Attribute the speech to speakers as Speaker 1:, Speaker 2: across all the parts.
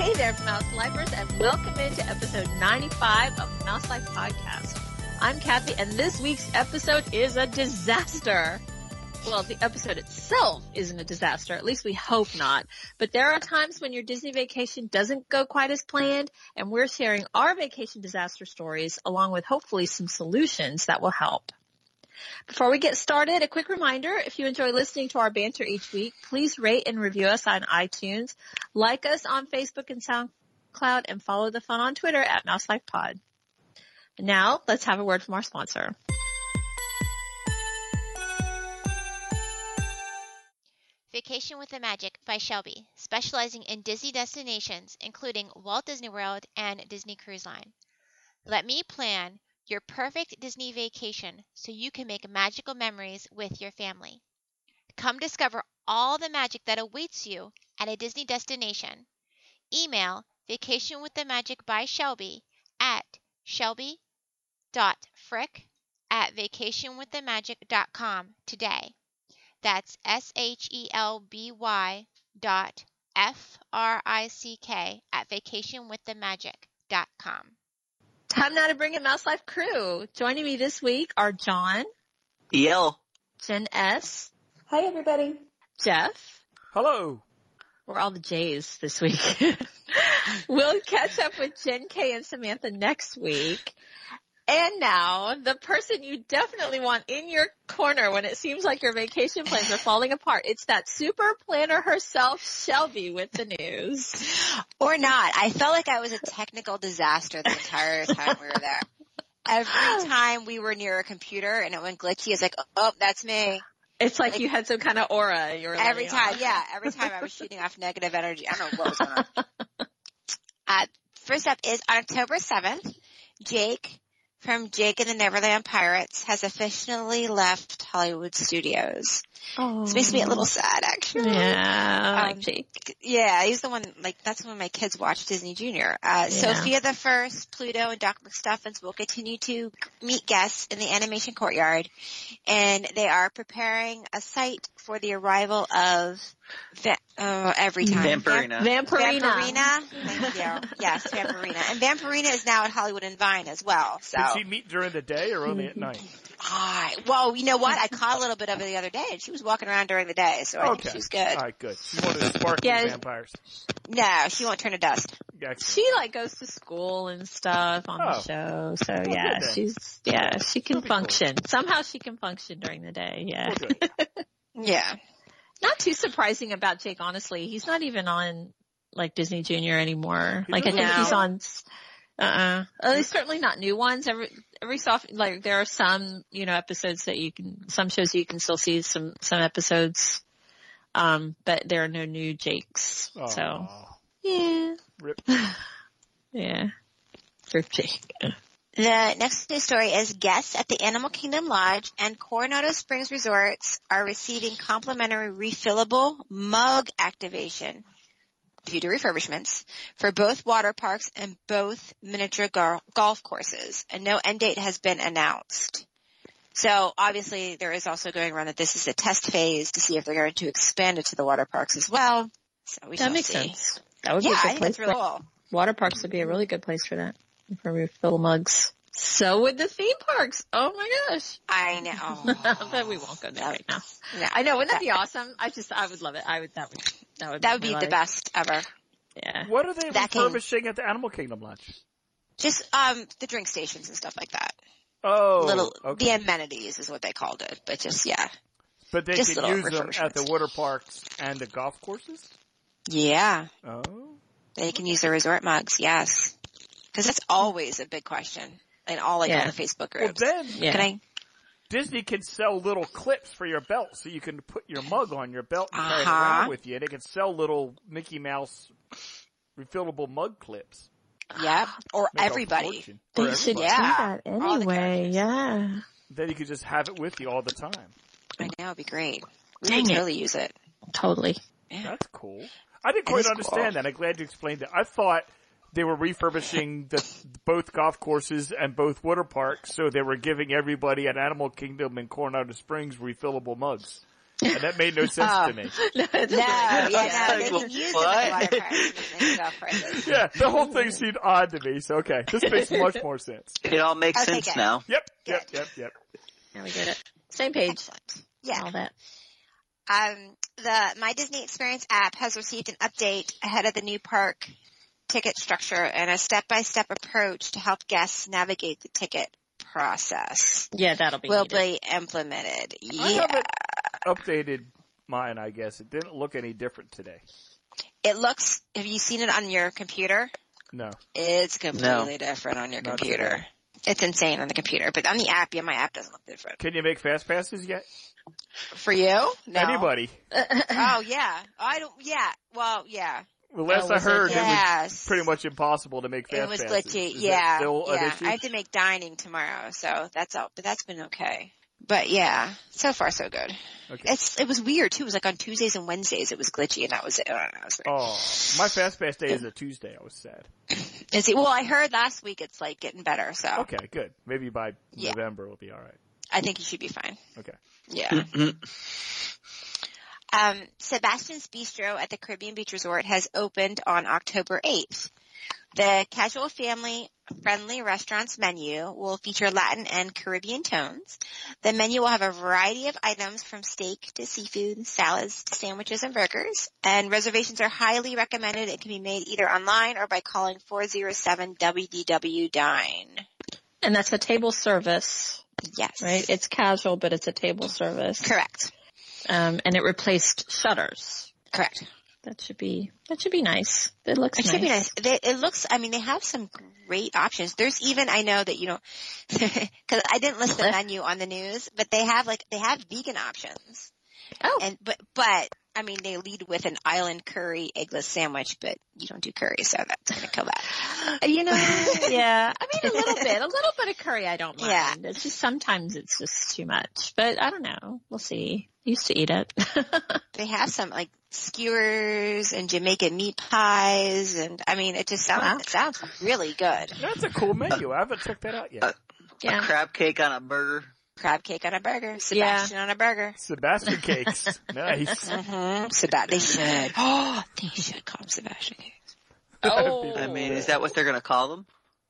Speaker 1: Hey there, Mouse Lifers, and welcome into episode 95 of Mouse Life Podcast. I'm Kathy, and this week's episode is a disaster. Well, the episode itself isn't a disaster. At least we hope not. But there are times when your Disney vacation doesn't go quite as planned, and we're sharing our vacation disaster stories along with hopefully some solutions that will help. Before we get started, a quick reminder, if you enjoy listening to our banter each week, please rate and review us on iTunes, like us on Facebook and SoundCloud, and follow the fun on Twitter at Mouse Life Pod. Now, let's have a word from our sponsor.
Speaker 2: Vacation with the Magic by Shelby, specializing in Disney destinations, including Walt Disney World and Disney Cruise Line. Let me plan your perfect Disney vacation so you can make magical memories with your family. Come discover all the magic that awaits you at a Disney destination. Email Vacation with the Magic by Shelby at shelby.frick at vacationwiththemagic.com today. That's S H E L B Y dot F R I C K at vacationwiththemagic.com.
Speaker 1: Time now to bring in Mouse Life crew. Joining me this week are John,
Speaker 3: EL.
Speaker 1: Jen S,
Speaker 4: Hi, everybody.
Speaker 1: Jeff,
Speaker 5: Hello.
Speaker 1: We're all the J's this week. we'll catch up with Jen K and Samantha next week. And now, the person you definitely want in your corner when it seems like your vacation plans are falling apart. It's that super planner herself, Shelby, with the news.
Speaker 6: Or not. I felt like I was a technical disaster the entire time we were there. Every time we were near a computer and it went glitchy, it's like, oh, that's me.
Speaker 1: It's like you had some kind of aura. You were
Speaker 6: Every
Speaker 1: letting
Speaker 6: time,
Speaker 1: off.
Speaker 6: yeah, every time I was shooting off negative energy. I don't know what was going on. Uh, first up is on October 7th, Jake from Jake and the Neverland Pirates has officially left Hollywood Studios.
Speaker 1: Oh.
Speaker 6: This makes me a little sad, actually.
Speaker 1: Yeah. I
Speaker 6: Um,
Speaker 1: like Jake.
Speaker 6: Yeah, he's the one, like, that's when my kids watch Disney Junior.
Speaker 1: Yeah.
Speaker 6: Uh, Sophia the First, Pluto, and Doc McStuffins will continue to meet guests in the animation courtyard, and they are preparing a site for the arrival of, Va- oh, every time.
Speaker 3: Vampirina.
Speaker 1: Vampirina.
Speaker 6: Vampirina. Thank you. Yes, Vampirina. And Vampirina is now at Hollywood and Vine as well, so.
Speaker 5: Did she meet during the day or only at night?
Speaker 6: Ah, well, you know what? I caught a little bit of it the other day, and she was walking around during the day, so I
Speaker 5: Okay.
Speaker 6: think she's good.
Speaker 5: All right, good. She wanted to spark
Speaker 1: Yeah.
Speaker 5: with vampires.
Speaker 6: No, she won't turn to dust.
Speaker 5: Yeah,
Speaker 1: She like goes to school and stuff on the
Speaker 5: Oh.
Speaker 1: show, so yeah,
Speaker 5: then.
Speaker 1: she's yeah, she can
Speaker 5: That'll be cool.
Speaker 1: function. Somehow she can function during the day. Yeah,
Speaker 5: well, good.
Speaker 6: Yeah.
Speaker 1: not too surprising about Jake. Honestly, he's not even on like Disney Junior anymore.
Speaker 5: He
Speaker 1: like I
Speaker 5: doesn't
Speaker 1: think
Speaker 6: know.
Speaker 1: he's on. Uh, uh at least certainly not new ones. Every every soft like there are some you know episodes that you can some shows you can still see some some episodes, um, but there are no new Jakes.
Speaker 5: Oh.
Speaker 1: So
Speaker 5: Aw.
Speaker 1: yeah,
Speaker 5: Rip.
Speaker 1: yeah, for Jake.
Speaker 6: The next news story is guests at the Animal Kingdom Lodge and Coronado Springs Resorts are receiving complimentary refillable mug activation due to refurbishments for both water parks and both miniature gol- golf courses and no end date has been announced. So obviously there is also going around that this is a test phase to see if they're going to expand it to the water parks as well. So we
Speaker 1: That
Speaker 6: shall
Speaker 1: makes
Speaker 6: see.
Speaker 1: sense. That would
Speaker 6: Yeah,
Speaker 1: be a
Speaker 6: I
Speaker 1: good
Speaker 6: think
Speaker 1: place.
Speaker 6: that's really
Speaker 1: for,
Speaker 6: cool.
Speaker 1: water parks would be a really good place for that. For refill mugs. So would the theme parks. Oh my gosh.
Speaker 6: I know.
Speaker 1: but we won't go there right now.
Speaker 6: No,
Speaker 1: I know. Wouldn't that be awesome? I just, I would love it. I would, that would, that would,
Speaker 6: that would
Speaker 1: my
Speaker 6: be the
Speaker 1: life.
Speaker 6: best ever.
Speaker 1: Yeah.
Speaker 5: What are they
Speaker 6: That came-
Speaker 5: refurbishing at the Animal Kingdom Lodge?
Speaker 6: Just um the drink stations and stuff like that.
Speaker 5: Oh,
Speaker 6: little
Speaker 5: okay.
Speaker 6: the amenities is what they called it, but just yeah.
Speaker 5: but they
Speaker 6: just
Speaker 5: can
Speaker 6: little
Speaker 5: use them at the
Speaker 6: refurbishments.
Speaker 5: water parks and the golf courses.
Speaker 6: Yeah.
Speaker 5: Oh,
Speaker 6: They can use the resort mugs, yes. Cuz that's always a big question in all like
Speaker 1: Yeah.
Speaker 6: all the Facebook
Speaker 5: well
Speaker 6: groups.
Speaker 5: then
Speaker 1: Yeah.
Speaker 6: Can I
Speaker 5: Disney can sell little clips for your belt, so you can put your mug on your belt and carry it
Speaker 6: Uh-huh.
Speaker 5: around with you. They can sell little Mickey Mouse refillable mug clips.
Speaker 6: yeah, or
Speaker 5: Make a
Speaker 6: everybody.
Speaker 5: fortune. Or
Speaker 1: They should
Speaker 5: everybody.
Speaker 1: do
Speaker 6: Yeah.
Speaker 1: that
Speaker 6: All the
Speaker 1: anyway.
Speaker 6: characters.
Speaker 1: Yeah.
Speaker 5: then you could just have it with you all the time.
Speaker 6: I know it'd be great. We
Speaker 1: Dang
Speaker 6: could
Speaker 1: it.
Speaker 6: totally use it.
Speaker 1: Totally.
Speaker 5: That's cool. I didn't
Speaker 6: That
Speaker 5: quite
Speaker 6: is
Speaker 5: understand
Speaker 6: cool.
Speaker 5: that. I'm glad you explained that. I thought they were refurbishing the both golf courses and both water parks, so they were giving everybody at Animal Kingdom and Coronado Springs refillable mugs. and that made no sense
Speaker 6: Ah.
Speaker 5: to me.
Speaker 1: No,
Speaker 6: No, yeah, no,
Speaker 1: yeah,
Speaker 6: they
Speaker 3: like,
Speaker 6: can use
Speaker 3: what?
Speaker 6: it for water parks and golf courses.
Speaker 5: Yeah, the whole thing seemed odd to me. So okay, this makes much more sense.
Speaker 3: It all makes
Speaker 6: Okay,
Speaker 3: sense
Speaker 6: good.
Speaker 3: now.
Speaker 5: Yep, yep, yep, yep.
Speaker 1: now we get it. Same page.
Speaker 6: Yeah.
Speaker 1: All that.
Speaker 6: Um, the My Disney Experience app has received an update ahead of the new park ticket structure and a step-by-step approach to help guests navigate the ticket process
Speaker 1: Yeah, that'll be.
Speaker 6: will
Speaker 1: Well,
Speaker 6: be implemented.
Speaker 5: I
Speaker 6: Yeah.
Speaker 5: haven't updated mine. I guess it didn't look any different today.
Speaker 6: It looks, have you seen it on your computer?
Speaker 5: No,
Speaker 6: It's completely different on your
Speaker 5: Not
Speaker 6: computer. It's insane on the computer, but on the app, yeah, my app doesn't look different.
Speaker 5: can you make fast passes yet?
Speaker 6: For you? No.
Speaker 5: Anybody?
Speaker 6: Oh yeah. I don't, yeah. Well, yeah.
Speaker 5: Well, last
Speaker 1: Oh,
Speaker 5: I
Speaker 1: was it-
Speaker 5: heard, it was
Speaker 6: Yes.
Speaker 5: pretty much impossible to make fast
Speaker 6: It was
Speaker 5: passes.
Speaker 6: glitchy.
Speaker 5: Is that
Speaker 6: Yeah.
Speaker 5: still an
Speaker 6: Yeah.
Speaker 5: issue?
Speaker 6: I have to make dining tomorrow, so that's all, but that's been okay. But yeah, so far so good.
Speaker 5: Okay.
Speaker 6: It's, it was weird too. It was like on Tuesdays and Wednesdays it was glitchy and that was it. I don't know. It was weird.
Speaker 5: Oh, my fast pass day is a Tuesday. I was sad.
Speaker 6: Is it, well, I heard last week it's like getting better, so
Speaker 5: Oh. Okay, good. Maybe by
Speaker 6: Oh. Yeah.
Speaker 5: November we'll be all right.
Speaker 6: I think you should be fine.
Speaker 5: Okay.
Speaker 6: Yeah.
Speaker 3: Mm-mm.
Speaker 6: Um, Sebastian's Bistro at the Caribbean Beach Resort has opened on October 8th. The casual family friendly restaurant's menu will feature Latin and Caribbean tones. The menu will have a variety of items from steak to seafood, salads to sandwiches and burgers. And reservations are highly recommended. It can be made either online or by calling 407-WDW-DINE.
Speaker 1: and that's a table service,
Speaker 6: Yes.
Speaker 1: right? It's casual, but it's a table service.
Speaker 6: Correct.
Speaker 1: Um, and it replaced shutters.
Speaker 6: Correct.
Speaker 1: That should be. That should be nice. It looks.
Speaker 6: It should be nice. They, it looks. I mean, they have some great options. There's even I know that you don't because I didn't list the menu on the news, but they have like they have vegan options.
Speaker 1: Oh.
Speaker 6: And but but I mean, they lead with an island curry eggless sandwich, but you don't do curry, so that's gonna kill that. Uh, You know.
Speaker 1: yeah, I mean a little bit, a little bit of curry I don't mind.
Speaker 6: Yeah.
Speaker 1: It's just sometimes it's just too much, but I don't know. We'll see. Used to eat it.
Speaker 6: They have some like skewers and Jamaican meat pies, and I mean, it just sounds
Speaker 1: Wow.
Speaker 6: it sounds really good.
Speaker 5: That's a cool menu. I haven't checked that out yet.
Speaker 3: Uh, A
Speaker 1: yeah.
Speaker 3: crab cake on a burger.
Speaker 6: Crab cake on a burger, Sebastian on a burger.
Speaker 5: Sebastian cakes. nice.
Speaker 6: Mm-hmm. Seba- they should. Oh, they should call him Sebastian.
Speaker 1: Oh.
Speaker 3: I mean, is that what they're gonna call them?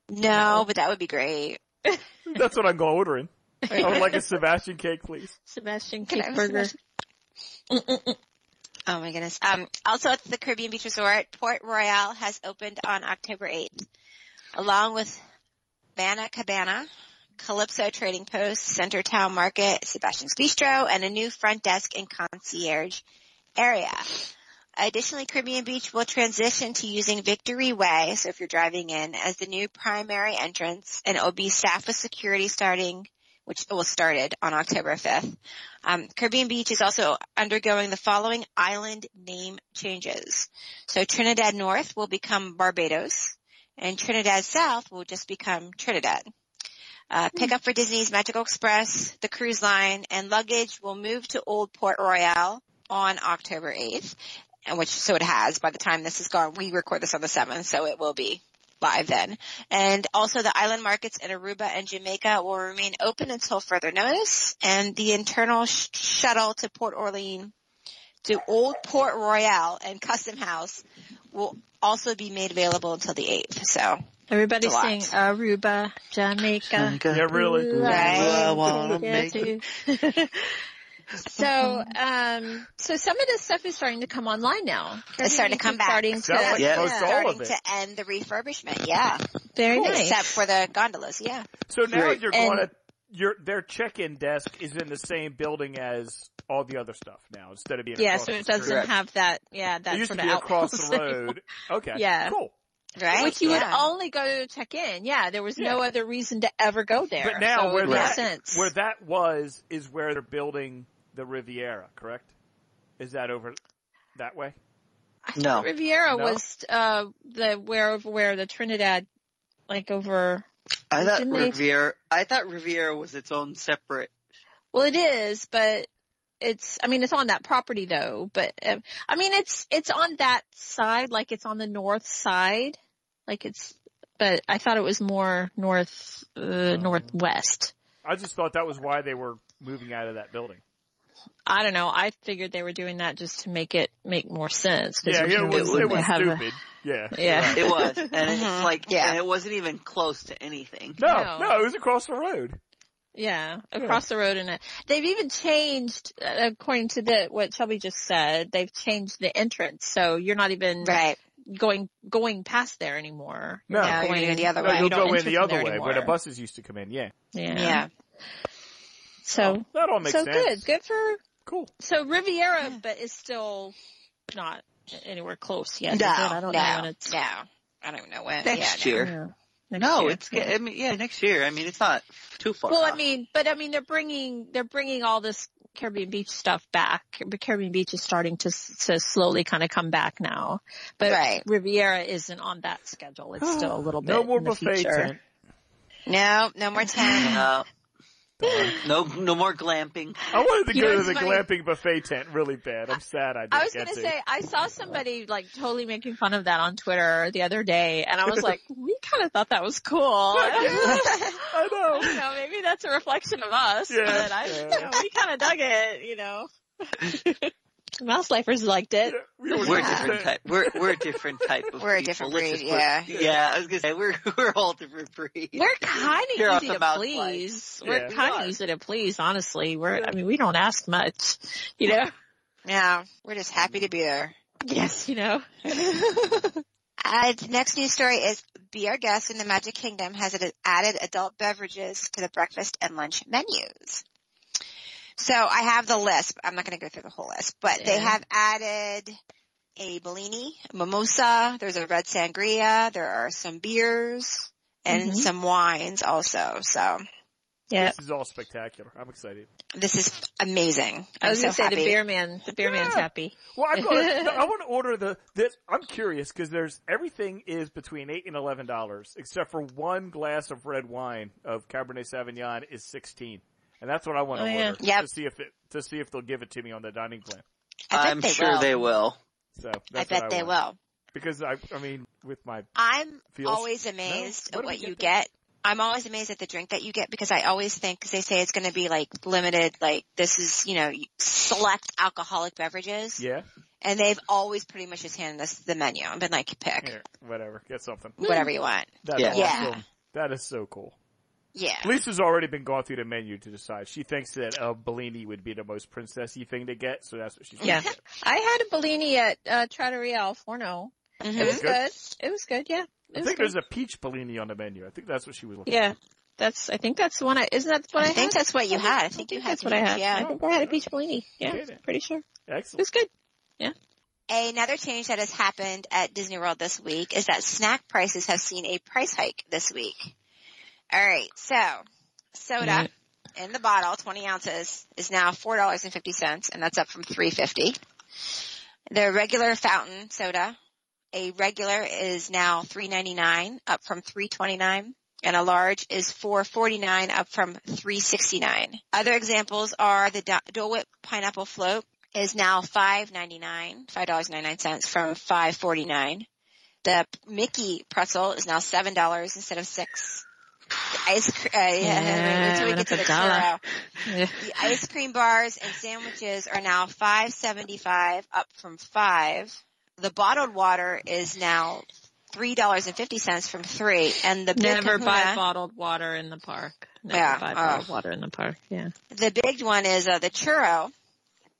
Speaker 6: No, but that would be great.
Speaker 5: That's what I'm going ordering. I would like a Sebastian cake, please.
Speaker 1: Sebastian
Speaker 6: Can I have a
Speaker 1: Cakeburger.
Speaker 6: Sebastian- Oh my goodness. Um, also at the Caribbean Beach Resort, Port Royal has opened on October 8th, along with Vanna Cabana, Calypso Trading Post, Center Town Market, Sebastian's Bistro, and a new front desk and concierge area. Additionally, Caribbean Beach will transition to using Victory Way, so if you're driving in, as the new primary entrance, and it will be staffed with security starting, which will started on October 5th. Um, Caribbean Beach is also undergoing the following island name changes. So Trinidad North will become Barbados, and Trinidad South will just become Trinidad. Uh, pickup for Disney's Magical Express, the cruise line, and luggage will move to Old Port Royal on October 8th, and which so it has by the time this is gone. We record this on the 7th, so it will be live then. And also the island markets in Aruba and Jamaica will remain open until further notice. And the internal sh- shuttle to Port Orleans to Old Port Royal and Custom House will also be made available until the 8th. So,
Speaker 1: Everybody's
Speaker 6: It's a lot.
Speaker 1: saying Aruba,
Speaker 3: Oh
Speaker 1: Jamaica.
Speaker 5: Yeah, really.
Speaker 3: I wanna
Speaker 1: Mm-hmm. Yeah,
Speaker 3: make it.
Speaker 1: too. so, um, so some of this stuff is starting to come online now.
Speaker 6: It's starting to come back.
Speaker 1: Starting to,
Speaker 5: Sounds like
Speaker 3: Yeah.
Speaker 5: most all
Speaker 6: starting
Speaker 5: of it.
Speaker 6: to end the refurbishment. Yeah.
Speaker 1: very nice.
Speaker 6: Except for the gondolas. Yeah.
Speaker 5: So now
Speaker 3: Right.
Speaker 5: you're
Speaker 1: And-
Speaker 5: going to your their check-in desk is in the same building as all the other stuff now instead of being
Speaker 1: yeah,
Speaker 5: across
Speaker 1: so it
Speaker 5: the
Speaker 1: doesn't
Speaker 5: street.
Speaker 3: Correct.
Speaker 1: have that. Yeah, that
Speaker 5: It used to
Speaker 1: sort
Speaker 5: be
Speaker 1: of
Speaker 5: across the
Speaker 1: outhouse anymore.
Speaker 5: road. Okay.
Speaker 1: Yeah.
Speaker 5: Cool.
Speaker 6: Right.
Speaker 1: Which you
Speaker 6: Yeah.
Speaker 1: would only go to check in. Yeah, there was no other reason to ever go there.
Speaker 5: But now
Speaker 1: so
Speaker 5: where
Speaker 1: it makes
Speaker 5: that
Speaker 1: sense.
Speaker 5: where that was is where they're building the Riviera, correct? Is that over that way?
Speaker 1: I
Speaker 3: No.
Speaker 1: thought Riviera
Speaker 5: No?
Speaker 1: was uh the where over where the Trinidad like over
Speaker 3: I thought
Speaker 1: Didn't they-
Speaker 3: Riviera. I thought Riviera was its own separate.
Speaker 1: Well, it is, but it's, I mean, it's on that property though, but um, I mean, it's, it's on that side, like it's on the north side, like it's, but I thought it was more
Speaker 5: Uh-huh.
Speaker 1: north, uh, northwest.
Speaker 5: I just thought that was why they were moving out of that building.
Speaker 1: I don't know. I figured they were doing that just to make it make more sense. 'cause
Speaker 5: Yeah,
Speaker 1: if
Speaker 5: it
Speaker 1: you
Speaker 5: was,
Speaker 1: would
Speaker 5: it was
Speaker 1: have a-
Speaker 5: stupid. Yeah.
Speaker 1: yeah.
Speaker 3: It was, and it's
Speaker 6: Mhm.
Speaker 3: like,
Speaker 6: Yeah.
Speaker 3: and it wasn't even close to anything.
Speaker 5: No,
Speaker 1: No.
Speaker 5: no, it was across the road.
Speaker 1: Yeah, across the road and it. They've even changed, uh, according to the, what Shelby just said, they've changed the entrance. So you're not even
Speaker 6: Right.
Speaker 1: going, going past there anymore.
Speaker 5: No.
Speaker 6: No, you're gonna go the other
Speaker 5: No,
Speaker 6: way.
Speaker 1: you
Speaker 5: you'll
Speaker 1: don't
Speaker 5: go in
Speaker 1: enter
Speaker 5: the
Speaker 1: from
Speaker 5: other
Speaker 1: there
Speaker 5: way where the
Speaker 1: anymore.
Speaker 5: buses used to come in. Yeah. Oh,
Speaker 1: Yeah.
Speaker 6: Yeah.
Speaker 1: So,
Speaker 5: that all makes
Speaker 1: so good,
Speaker 5: sense.
Speaker 1: good for,
Speaker 5: Cool.
Speaker 1: so Riviera, but it's still not anywhere close yet. is
Speaker 6: No,
Speaker 1: it? I don't know
Speaker 6: no,
Speaker 1: when it's.
Speaker 6: no. I don't know when.
Speaker 3: Next
Speaker 6: yeah, no.
Speaker 3: year.
Speaker 1: Yeah. Next
Speaker 3: No,
Speaker 1: year.
Speaker 3: it's. ge- I mean, yeah, next year. I mean, it's not too far.
Speaker 1: Well,
Speaker 3: off.
Speaker 1: I mean, but I mean, they're bringing they're bringing all this Caribbean Beach stuff back. But Caribbean Beach is starting to s- to slowly kind of come back now. But
Speaker 6: Right.
Speaker 1: Riviera isn't on that schedule. It's still a little bit.
Speaker 5: No more
Speaker 1: in the
Speaker 5: buffet
Speaker 1: future.
Speaker 5: tent.
Speaker 6: No, no more time.
Speaker 3: No, Uh, no, no more glamping.
Speaker 5: I wanted to
Speaker 1: You
Speaker 5: go
Speaker 1: know,
Speaker 5: to
Speaker 1: it's
Speaker 5: the
Speaker 1: funny.
Speaker 5: glamping buffet tent really bad. I'm sad I didn't
Speaker 1: I was
Speaker 5: get
Speaker 1: gonna
Speaker 5: to.
Speaker 1: say I saw somebody like totally making fun of that on Twitter the other day, and I was like, we kind of thought that was cool. And I was like, "Oh,
Speaker 5: I know.
Speaker 1: you know, maybe that's a reflection of us.
Speaker 5: Yeah.
Speaker 1: But I, you know, we kind of dug it. You know, Mouse Lifers liked it.
Speaker 5: Yeah, we
Speaker 3: We're a
Speaker 5: were-
Speaker 3: different type. We're we're a different type of.
Speaker 6: We're a
Speaker 3: people.
Speaker 6: different
Speaker 3: Let's
Speaker 6: breed,
Speaker 3: just put-
Speaker 6: yeah.
Speaker 3: yeah. I was gonna say we're we're all different breed.
Speaker 1: We're kind of
Speaker 3: You're off
Speaker 1: easy
Speaker 3: the
Speaker 1: to
Speaker 3: mouse
Speaker 1: please.
Speaker 5: life.
Speaker 1: We're
Speaker 5: Yeah.
Speaker 1: kind
Speaker 3: We
Speaker 1: of
Speaker 3: are.
Speaker 1: easy to please, honestly. We're, I mean, we don't ask much, you know?
Speaker 6: No, we're just happy to be there.
Speaker 1: Yes, you know?
Speaker 6: Uh, the next news story is Be Our Guest in the Magic Kingdom has ad- added adult beverages to the breakfast and lunch menus. So I have the list. I'm not going to go through the whole list, but they
Speaker 1: Yeah.
Speaker 6: have added a Bellini, a mimosa, there's a red sangria, there are some beers and
Speaker 1: Mhm.
Speaker 6: some wines also. So
Speaker 1: Yeah.
Speaker 5: This is all spectacular. I'm excited.
Speaker 6: this is amazing. I'm
Speaker 1: I was gonna
Speaker 6: so
Speaker 1: say
Speaker 6: happy.
Speaker 1: the beer man, the beer man's
Speaker 5: Yeah.
Speaker 1: happy.
Speaker 5: Well, I'm going. I want to order the. This, I'm curious because there's everything is between eight and eleven dollars, except for one glass of red wine of Cabernet Sauvignon is sixteen, and that's what I want to
Speaker 1: Oh, yeah.
Speaker 5: order
Speaker 6: Yep.
Speaker 5: to see if it to see if they'll give it to me on the dining plan.
Speaker 6: I bet
Speaker 3: I'm sure
Speaker 6: will.
Speaker 3: they will.
Speaker 5: So
Speaker 6: I
Speaker 5: that's what
Speaker 6: bet they
Speaker 5: want.
Speaker 6: will.
Speaker 5: because I I mean with my
Speaker 6: I'm
Speaker 5: Feels-
Speaker 6: always amazed
Speaker 5: No,
Speaker 6: at
Speaker 5: what do we
Speaker 6: what you
Speaker 5: get
Speaker 6: get. I'm always amazed at the drink that you get because I always think because they say it's going to be like limited, like this is you know select alcoholic beverages,
Speaker 5: yeah
Speaker 6: and they've always pretty much just handed us the menu and been like pick
Speaker 5: here whatever get something
Speaker 6: whatever you want.
Speaker 5: that's
Speaker 3: Yeah.
Speaker 6: Yeah.
Speaker 5: awesome that is so cool.
Speaker 6: Yeah,
Speaker 5: Lisa's already been going through the menu to decide. She thinks that a Bellini would be the most princessy thing to get, so that's what she's
Speaker 1: Yeah.
Speaker 5: going to get.
Speaker 1: I had a Bellini at, uh, Trattoria al Forno. It
Speaker 6: hmm
Speaker 1: was good.
Speaker 5: Good.
Speaker 1: It was good, yeah. It
Speaker 5: I
Speaker 1: was
Speaker 5: think
Speaker 1: good.
Speaker 5: there's a peach Bellini on the menu. I think that's what she was looking
Speaker 1: Yeah. That's, I think that's the one I, isn't that what I,
Speaker 6: I think
Speaker 1: had?
Speaker 6: that's what you had. I think you had.
Speaker 1: that's what I had. I
Speaker 6: Yeah.
Speaker 1: think I had a peach Bellini. Yeah.
Speaker 5: Get it.
Speaker 1: Pretty sure. It
Speaker 5: for. Excellent.
Speaker 1: was good.
Speaker 6: Another change that has happened at Disney World this week is that snack prices have seen a price hike this week. All right, so soda in the bottle, 20 ounces, is now $4.50, and that's up from 3.50. The regular fountain soda, a regular is now 3.99, up from 3.29. And a large is 4.49 up from 3.69. Other examples are the Do- Dole Whip pineapple float is now five ninety nine, five dollars ninety nine cents from five forty nine. The Mickey pretzel is now seven dollars instead of six. The ice cream, uh, yeah, until we
Speaker 1: went up
Speaker 6: get to
Speaker 1: a
Speaker 6: the
Speaker 1: dollar.
Speaker 6: churro.
Speaker 1: Yeah.
Speaker 6: The ice cream bars and sandwiches are now five seventy five, up from five. The bottled water is now three dollars and fifty cents from three, and the Big
Speaker 1: Never buy
Speaker 6: Kahuna-
Speaker 1: bottled water in the park. Never
Speaker 6: Yeah,
Speaker 1: buy
Speaker 6: oh.
Speaker 1: bottled water in the park. Yeah.
Speaker 6: The big one is uh, the churro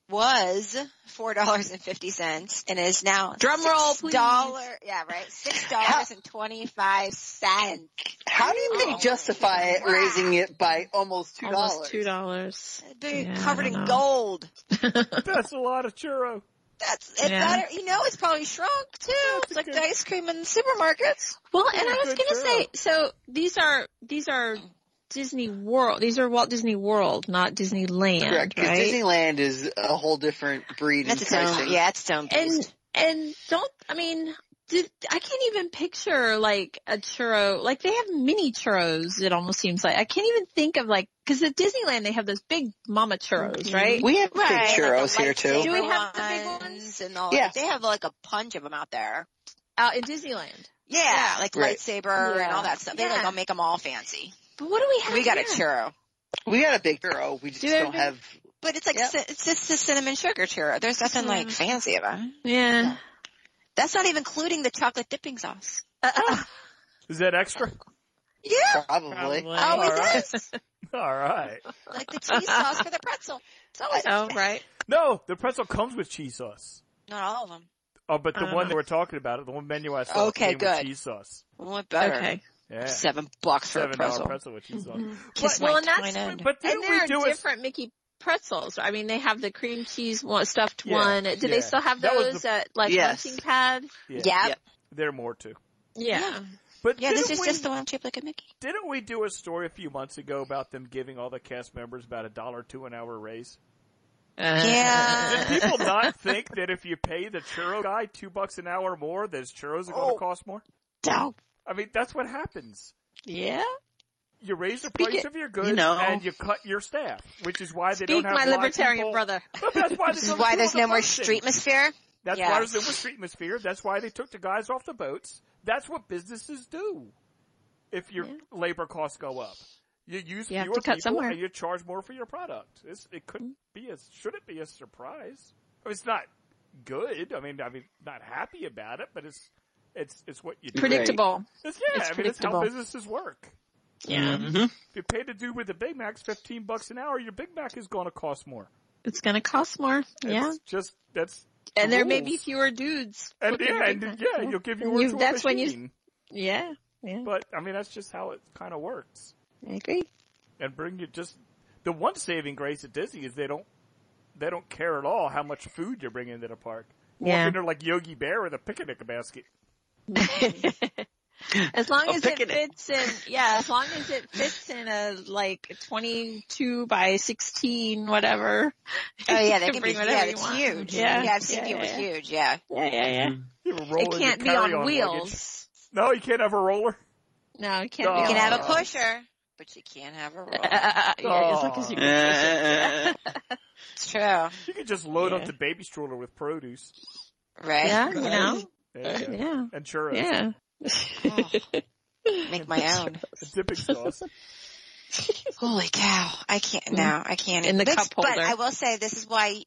Speaker 6: was four dollars and fifty cents and is now
Speaker 1: Drum roll, please.
Speaker 6: Dollar, yeah, right, six dollars and twenty five cents.
Speaker 3: How do you
Speaker 6: Oh.
Speaker 3: justify it raising it by almost two
Speaker 1: Almost two dollars.
Speaker 6: They're
Speaker 1: Yeah, I
Speaker 6: covered in
Speaker 1: don't know.
Speaker 6: gold.
Speaker 5: That's a lot of churro.
Speaker 6: That's it.
Speaker 1: Yeah.
Speaker 6: Better, you know, it's probably shrunk too.
Speaker 5: That's
Speaker 6: it's
Speaker 5: a
Speaker 6: like
Speaker 5: good-
Speaker 6: the ice cream in the supermarkets.
Speaker 1: Well, and I was
Speaker 5: Good
Speaker 1: gonna
Speaker 5: girl.
Speaker 1: say, so these are these are Disney World. These are Walt Disney World, not Disneyland,
Speaker 3: Correct. 'cause
Speaker 1: right?
Speaker 3: Disneyland is a whole different breed
Speaker 6: That's
Speaker 3: and
Speaker 6: its own.
Speaker 3: pricing.
Speaker 6: Yeah, it's its own.
Speaker 1: and
Speaker 6: beast.
Speaker 1: and don't I mean did, I can't even picture like a churro like they have mini churros. It almost seems like I can't even think of like because at Disneyland they have those big mama churros, right?
Speaker 3: We have
Speaker 6: Right, like
Speaker 3: big
Speaker 6: the
Speaker 3: churros here too.
Speaker 1: Do we have the
Speaker 6: lightsaber
Speaker 1: big ones?
Speaker 6: and all?
Speaker 3: Yeah.
Speaker 6: Like, they have like a punch of them out there.
Speaker 1: Out in Disneyland.
Speaker 6: Yeah, like
Speaker 3: Right.
Speaker 6: lightsaber and
Speaker 1: Yeah.
Speaker 6: all that stuff. They like
Speaker 1: Yeah.
Speaker 6: all make them all fancy.
Speaker 1: But what do we have?
Speaker 6: We got a
Speaker 1: here?
Speaker 6: churro.
Speaker 3: We got a big churro. We just
Speaker 1: Do
Speaker 3: do not
Speaker 1: they-
Speaker 3: have
Speaker 6: But it's like
Speaker 3: Yep.
Speaker 6: ci- it's just the cinnamon sugar churro. There's nothing like fancy about
Speaker 1: Mm-hmm.
Speaker 6: it.
Speaker 1: Yeah.
Speaker 6: That's not even including the chocolate dipping sauce.
Speaker 5: Is that extra?
Speaker 6: Yeah.
Speaker 3: Probably.
Speaker 1: Oh,
Speaker 6: Always
Speaker 5: All right.
Speaker 6: is.
Speaker 5: All right.
Speaker 6: Like the cheese sauce for the pretzel. It's always
Speaker 1: Oh,
Speaker 6: extra.
Speaker 1: right.
Speaker 5: No, the pretzel comes with cheese sauce.
Speaker 6: Not all of them.
Speaker 5: Oh, but the
Speaker 1: Uh-huh.
Speaker 5: one that we're talking about, the one menu I saw
Speaker 6: Okay,
Speaker 5: came with
Speaker 6: good.
Speaker 5: cheese sauce.
Speaker 6: What better?
Speaker 1: Okay.
Speaker 5: Yeah.
Speaker 6: Seven bucks for
Speaker 5: Seven
Speaker 6: a
Speaker 5: dollar
Speaker 6: pretzel. Mm-hmm.
Speaker 5: pretzel with cheese sauce.
Speaker 6: Kiss
Speaker 1: well,
Speaker 6: my
Speaker 1: and that's-
Speaker 6: twined.
Speaker 5: But
Speaker 1: And
Speaker 5: didn't
Speaker 1: there
Speaker 5: we
Speaker 1: are
Speaker 5: do it?
Speaker 1: different Mickey pretzels. I mean, they have the cream cheese one, stuffed
Speaker 5: Yeah,
Speaker 1: one. Do
Speaker 5: yeah.
Speaker 1: they still have
Speaker 5: That was
Speaker 1: those at like
Speaker 3: Yes.
Speaker 1: Hunting Pad?
Speaker 5: Yeah,
Speaker 6: Yeah.
Speaker 5: There are more too.
Speaker 1: Yeah.
Speaker 5: But
Speaker 6: Yeah,
Speaker 5: didn't
Speaker 6: this is
Speaker 5: we,
Speaker 6: just the one shaped like a Mickey.
Speaker 5: didn't we do a story a few months ago about them giving all the cast members about a dollar to an hour raise? Did
Speaker 6: Yeah.
Speaker 5: people not think that if you pay the churro guy two bucks an hour more, those churros are going to
Speaker 6: Oh.
Speaker 5: cost more?
Speaker 6: Dope.
Speaker 5: I mean, that's what happens.
Speaker 1: Yeah.
Speaker 5: You raise the
Speaker 6: Speak
Speaker 5: price
Speaker 6: it-
Speaker 5: of your goods
Speaker 6: you know.
Speaker 5: and you cut your staff, which is why they
Speaker 1: Speak
Speaker 5: don't have
Speaker 1: my
Speaker 5: a lot of
Speaker 1: libertarian
Speaker 5: people-
Speaker 1: brother.
Speaker 5: But that's why
Speaker 6: This is why there's no more
Speaker 5: street.
Speaker 6: streetmosphere.
Speaker 5: That's
Speaker 6: Yeah.
Speaker 5: why there's no more streetmosphere. That's why they took the guys off the boats. That's what businesses do. If your
Speaker 1: Yeah.
Speaker 5: labor costs go up, you use
Speaker 1: You have
Speaker 5: fewer
Speaker 1: to cut
Speaker 5: people
Speaker 1: somewhere.
Speaker 5: and you charge more for your product. It's, it couldn't be a should it be a surprise? I mean, it's not good. I mean, I mean, not happy about it, but it's it's it's what you do.
Speaker 3: Pretty-
Speaker 1: Predictable.
Speaker 5: It's, yeah,
Speaker 1: it's
Speaker 5: I mean, it's how
Speaker 1: predictable.
Speaker 5: businesses work.
Speaker 1: Yeah.
Speaker 5: If you pay the dude with the Big Macs fifteen bucks an hour, your Big Mac is going to cost more.
Speaker 1: It's gonna cost more. Yeah.
Speaker 5: It's just that's
Speaker 1: And
Speaker 5: the
Speaker 1: there may be
Speaker 5: rules.
Speaker 1: fewer dudes.
Speaker 5: and
Speaker 1: flipping
Speaker 5: yeah,
Speaker 1: Big
Speaker 5: and,
Speaker 1: Macs.
Speaker 5: yeah, you'll give
Speaker 1: And
Speaker 5: yours
Speaker 1: you-
Speaker 5: to a
Speaker 1: that's when you-
Speaker 5: machine.
Speaker 1: Yeah. Yeah.
Speaker 5: But I mean, that's just how it kind of works.
Speaker 1: I agree.
Speaker 5: And bring you just the one saving grace at Disney is they don't they don't care at all how much food you bring into the park. Walk
Speaker 1: Yeah.
Speaker 5: in there like Yogi Bear with a picnic basket.
Speaker 1: as long
Speaker 3: A
Speaker 1: as it
Speaker 3: picnic.
Speaker 1: fits in, yeah, as long as it fits in a like 22 by 16, whatever.
Speaker 6: Oh yeah,
Speaker 1: You
Speaker 6: they can be.
Speaker 1: bring
Speaker 6: Yeah,
Speaker 1: whatever you
Speaker 6: it's
Speaker 1: want.
Speaker 6: huge.
Speaker 1: Yeah,
Speaker 6: I've seen
Speaker 1: yeah,
Speaker 6: people
Speaker 1: yeah.
Speaker 6: with huge. Yeah.
Speaker 1: Yeah, yeah, yeah.
Speaker 5: You have a roller
Speaker 1: It
Speaker 5: to
Speaker 1: can't be
Speaker 5: carry
Speaker 1: on
Speaker 5: luggage.
Speaker 1: wheels.
Speaker 5: No, you can't have a roller.
Speaker 1: No, it can't be.
Speaker 5: You
Speaker 6: You can
Speaker 1: on
Speaker 6: have a
Speaker 1: wheels.
Speaker 6: pusher, but you can't have a roll.
Speaker 1: Uh, yeah, as long as you
Speaker 5: Aw.
Speaker 1: can push it.
Speaker 6: It's true,
Speaker 5: You could just load up
Speaker 1: Yeah.
Speaker 5: the baby stroller with produce.
Speaker 6: right?
Speaker 1: Yeah, you know.
Speaker 5: There you go.
Speaker 1: Oh. Yeah.
Speaker 5: And churros.
Speaker 1: Yeah. Oh.
Speaker 6: Make my own.
Speaker 5: And dipping sauce.
Speaker 6: Holy cow! I can't now. I can't.
Speaker 1: Mm-hmm. In the
Speaker 6: This-
Speaker 1: cup holder.
Speaker 6: But I will say this is why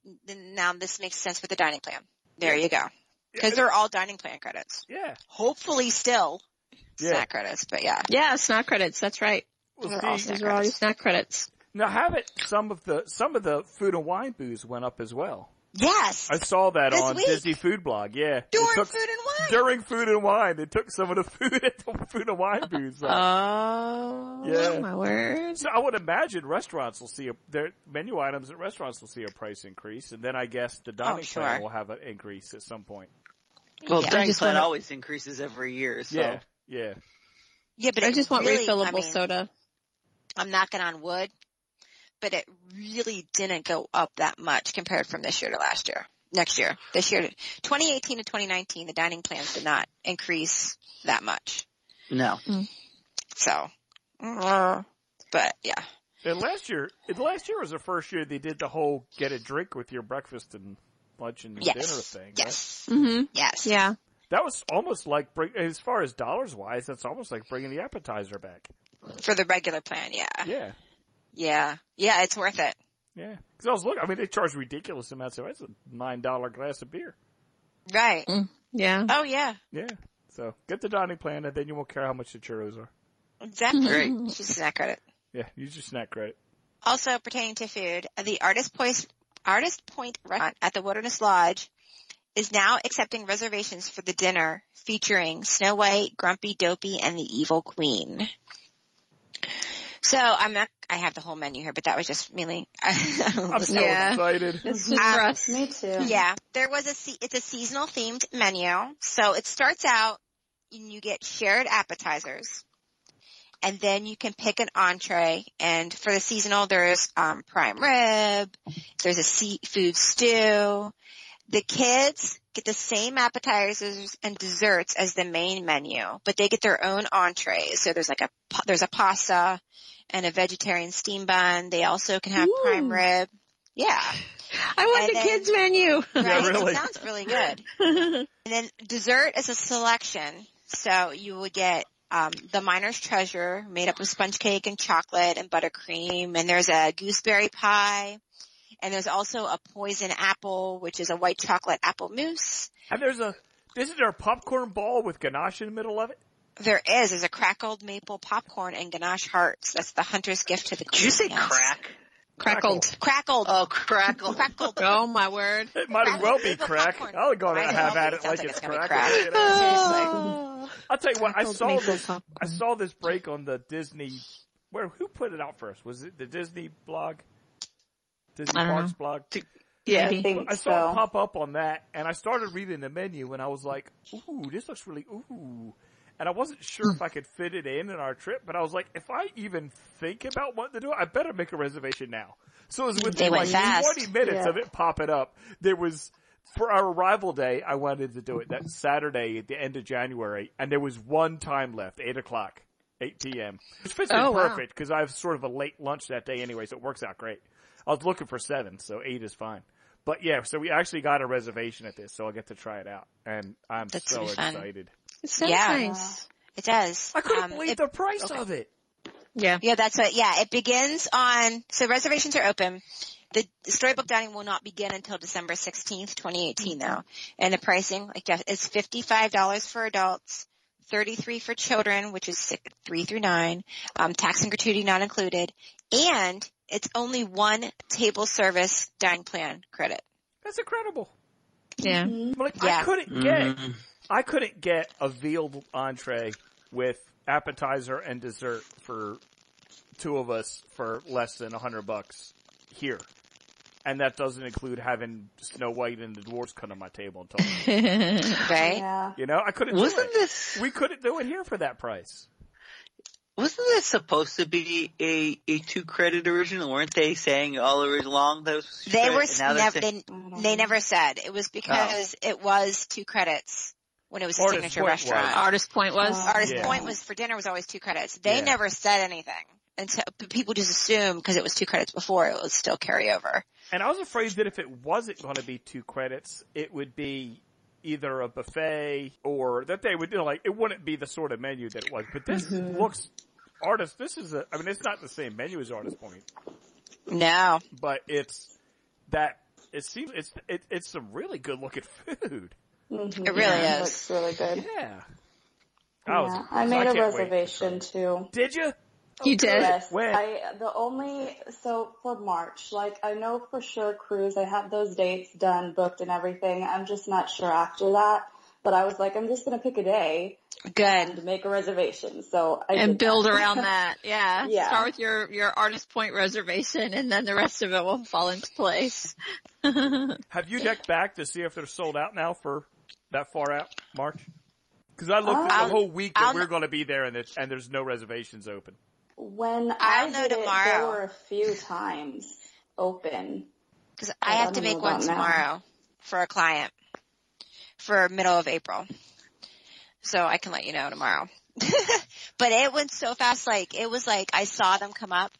Speaker 6: now this makes sense with the dining plan. There you go.
Speaker 5: Yeah.
Speaker 6: Because they're all dining plan credits.
Speaker 5: Yeah.
Speaker 6: Hopefully, still
Speaker 5: Yeah.
Speaker 6: snack credits. But yeah,
Speaker 1: Yeah, snack credits. That's right.
Speaker 5: Well,
Speaker 6: They're
Speaker 5: see,
Speaker 6: all
Speaker 1: These are all your snack credits.
Speaker 5: now haven't some of the some of the food and wine booths went up as well.
Speaker 6: yes.
Speaker 5: I saw that
Speaker 6: This
Speaker 5: on
Speaker 6: week.
Speaker 5: Disney Food Blog. Yeah, They
Speaker 6: During
Speaker 5: took-
Speaker 6: food and wine.
Speaker 5: during food and wine, they took some of the food at the food and wine booths.
Speaker 6: Uh-huh.
Speaker 5: up.
Speaker 1: Oh,
Speaker 5: Yeah.
Speaker 1: my word.
Speaker 5: so I would imagine restaurants will see a, their menu items at restaurants will see a price increase, and then I guess the dining
Speaker 6: Oh, sure.
Speaker 5: plan will have an increase at some point.
Speaker 3: Well,
Speaker 6: Yeah.
Speaker 1: I
Speaker 3: dining
Speaker 1: just
Speaker 3: plan
Speaker 1: wanna-
Speaker 3: always increases every year. So.
Speaker 5: Yeah, yeah.
Speaker 6: Yeah, but
Speaker 1: I
Speaker 6: it
Speaker 1: just want
Speaker 6: really,
Speaker 1: refillable
Speaker 6: I mean,
Speaker 1: soda.
Speaker 6: I'm knocking on wood, but it really didn't go up that much compared from this year to last year. Next year, this year, 2018 to 2019, the dining plans did not increase that much.
Speaker 3: No.
Speaker 6: So, mm, but yeah,
Speaker 5: And last year, and last year was the first year they did the whole get a drink with your breakfast and lunch and
Speaker 6: yes,
Speaker 5: dinner thing. right?
Speaker 6: yes,
Speaker 1: Mm-hmm.
Speaker 6: yes,
Speaker 1: Yeah.
Speaker 5: That was almost like bring, as far as dollars wise, that's almost like bringing the appetizer back.
Speaker 6: for the regular plan. Yeah,
Speaker 5: Yeah.
Speaker 6: yeah, yeah, it's worth it.
Speaker 5: Yeah, because I was looking. I mean, they charge ridiculous amounts of. That's a nine dollar glass of beer.
Speaker 6: Right.
Speaker 1: Mm-hmm. Yeah.
Speaker 6: Oh yeah,
Speaker 5: Yeah, so get the dining plan, and then you won't care how much the churros are.
Speaker 6: exactly.
Speaker 3: Great.
Speaker 6: She's not credit.
Speaker 5: Yeah, use your snack credit.
Speaker 6: Also pertaining to food, the Artist Point, Artist Point restaurant at the Wilderness Lodge is now accepting reservations for the dinner featuring Snow White, Grumpy Dopey, and the Evil Queen. So I'm not, I have the whole menu here, but that was just mainly,
Speaker 5: I'm so
Speaker 1: Yeah.
Speaker 5: excited.
Speaker 1: This is
Speaker 6: Uh,
Speaker 1: for us.
Speaker 4: Me too.
Speaker 6: yeah, there was a, se- it's a seasonal themed menu. So it starts out and you get shared appetizers and then you can pick an entree. And for the seasonal, there's, um, prime rib. There's a seafood stew. The kids get the same appetizers and desserts as the main menu, but they get their own entrees. So there's like a, pa- there's a pasta and a vegetarian steam bun. They also can have prime
Speaker 1: Ooh.
Speaker 6: rib. Yeah.
Speaker 1: I want
Speaker 6: And
Speaker 1: the
Speaker 6: then-
Speaker 1: kids menu.
Speaker 6: Right?
Speaker 5: really.
Speaker 6: It sounds really good. And then dessert is a selection. So you will get um, the miner's treasure made up of sponge cake and chocolate and buttercream. And there's a gooseberry pie. And there's also a poison apple, which is a white chocolate apple mousse.
Speaker 5: And there's a, isn't there a popcorn ball with ganache in the middle of it?
Speaker 6: There is, there's a crackled maple popcorn and ganache hearts. That's the hunter's gift to the queen.
Speaker 3: Did you say
Speaker 6: yes.
Speaker 3: crack?
Speaker 1: Crackled.
Speaker 6: Crackled.
Speaker 3: Oh, crackle.
Speaker 6: Crackled.
Speaker 1: Oh my word.
Speaker 5: It might as well be
Speaker 6: Maple
Speaker 5: crack.
Speaker 6: popcorn.
Speaker 5: I'll go
Speaker 6: Might
Speaker 5: and
Speaker 6: as
Speaker 5: have
Speaker 6: well
Speaker 5: at
Speaker 6: be.
Speaker 5: it
Speaker 6: Sounds
Speaker 5: like
Speaker 6: like
Speaker 5: it's
Speaker 6: it's gonna be
Speaker 5: crack.
Speaker 6: crack.
Speaker 5: You know?
Speaker 1: Ah. mm,
Speaker 6: Seriously.
Speaker 5: I'll tell you what, I
Speaker 1: Crackled
Speaker 5: saw
Speaker 1: maple
Speaker 5: this, I
Speaker 1: popcorn.
Speaker 5: saw this break on the Disney, where, who put it out first? Was it the Disney blog? Disney
Speaker 1: I don't
Speaker 5: Parks blog?
Speaker 3: Yeah.
Speaker 1: Maybe.
Speaker 6: think
Speaker 5: I saw it pop up on that, and I started reading the menu, and I was like, "Ooh, this looks really ooh," and I wasn't sure if I could fit it in in our trip, but I was like, "If I even think about what to do, I better make a reservation now." So it was
Speaker 6: They
Speaker 5: within
Speaker 6: went
Speaker 5: like
Speaker 6: fast.
Speaker 5: twenty minutes
Speaker 4: Yeah.
Speaker 5: of it popping up. There was for our arrival day, I wanted to do it that Saturday at the end of January, and there was one time left, eight o'clock. 8 p.m. Which fits
Speaker 1: Oh,
Speaker 5: in
Speaker 1: wow.
Speaker 5: perfect because I have sort of a late lunch that day anyway, so it works out great. I was looking for seven, so eight is fine. But yeah, so we actually got a reservation at this, so I'll get to try it out, and I'm
Speaker 6: That's
Speaker 5: so
Speaker 6: gonna be fun.
Speaker 5: excited.
Speaker 1: It sounds
Speaker 6: Yeah.
Speaker 1: nice.
Speaker 6: It does.
Speaker 5: I couldn't
Speaker 6: Um,
Speaker 5: believe
Speaker 6: it-
Speaker 5: the price
Speaker 6: okay.
Speaker 5: of it.
Speaker 1: Yeah.
Speaker 6: Yeah, that's what, yeah, it begins on, so reservations are open. The storybook dining will not begin until December 16th, 2018 though. And the pricing, like Jeff, is $55 for adults, 33 for children, which is six, three through nine, um, tax and gratuity not included, and it's only one table service dining plan credit.
Speaker 5: That's incredible.
Speaker 1: Yeah.
Speaker 5: I'm like, I
Speaker 6: Yeah.
Speaker 5: couldn't
Speaker 3: Mm-hmm.
Speaker 5: get,
Speaker 3: Mm.
Speaker 5: I couldn't get a veal entree with appetizer and dessert for two of us for less than a hundred bucks here, and that doesn't include having Snow White and the dwarves come to my table and talk.
Speaker 6: Right?
Speaker 4: Yeah.
Speaker 5: you know, I couldn't. do
Speaker 3: Wasn't
Speaker 5: it.
Speaker 3: this
Speaker 5: We couldn't do it here for that price.
Speaker 3: wasn't this supposed to be a, a two credit original? Weren't they saying all along that it was two
Speaker 6: They
Speaker 3: credit,
Speaker 6: were
Speaker 3: and
Speaker 6: s-
Speaker 3: now they're Oh.
Speaker 6: never,
Speaker 3: saying-
Speaker 6: they, they never said. It was because it was two credits when it was a
Speaker 5: Artist
Speaker 6: signature
Speaker 5: Point
Speaker 6: restaurant.
Speaker 5: was.
Speaker 1: Artist point was.
Speaker 4: Uh,
Speaker 6: Artist
Speaker 5: Yeah.
Speaker 6: Point was for dinner was always two credits. They
Speaker 5: Yeah.
Speaker 6: never said anything. And so but people just assumed because it was two credits before it was still carryover.
Speaker 5: And I was afraid that if it wasn't going to be two credits, it would be either a buffet or that they would do like it wouldn't be the sort of menu that it was. But this
Speaker 4: Mm-hmm.
Speaker 5: looks artist. This is a. I mean, it's not the same menu as Artist Point,
Speaker 6: No.
Speaker 5: but it's that. It seems it's it, it's some really good looking food.
Speaker 4: Mhm.
Speaker 6: It really
Speaker 4: Yeah,
Speaker 6: is.
Speaker 4: Looks really good.
Speaker 5: Yeah. I, was
Speaker 4: Yeah. I
Speaker 5: impressed.
Speaker 4: made a
Speaker 5: can't wait.
Speaker 4: reservation too.
Speaker 5: Did you?
Speaker 1: You did?
Speaker 4: Yes.
Speaker 5: When?
Speaker 4: I the only so for March, like I know for sure cruise, I have those dates done, booked and everything. I'm just not sure after that. But I was like, I'm just gonna pick a day
Speaker 6: Good.
Speaker 4: and make a reservation. So I
Speaker 1: and
Speaker 4: did
Speaker 1: build
Speaker 4: that.
Speaker 1: around that. Yeah.
Speaker 4: Yeah.
Speaker 1: Start with your, your artist point reservation and then the rest of it will fall into place.
Speaker 5: Have you checked back to see if they're sold out now for that far out March? Because I looked at
Speaker 4: I'll-
Speaker 5: the whole week that
Speaker 6: I'll-
Speaker 5: we're going to be there, and it's, and there's no reservations open.
Speaker 4: when
Speaker 6: I'll
Speaker 4: I
Speaker 6: know
Speaker 4: did it, there
Speaker 6: tomorrow.
Speaker 4: were a few times open.
Speaker 6: Cause I
Speaker 4: I
Speaker 6: have
Speaker 4: don't
Speaker 6: to
Speaker 4: know
Speaker 6: make one
Speaker 4: about now.
Speaker 6: tomorrow for a client for middle of April. So I can let you know tomorrow. but it went so fast. Like it was like I saw them come up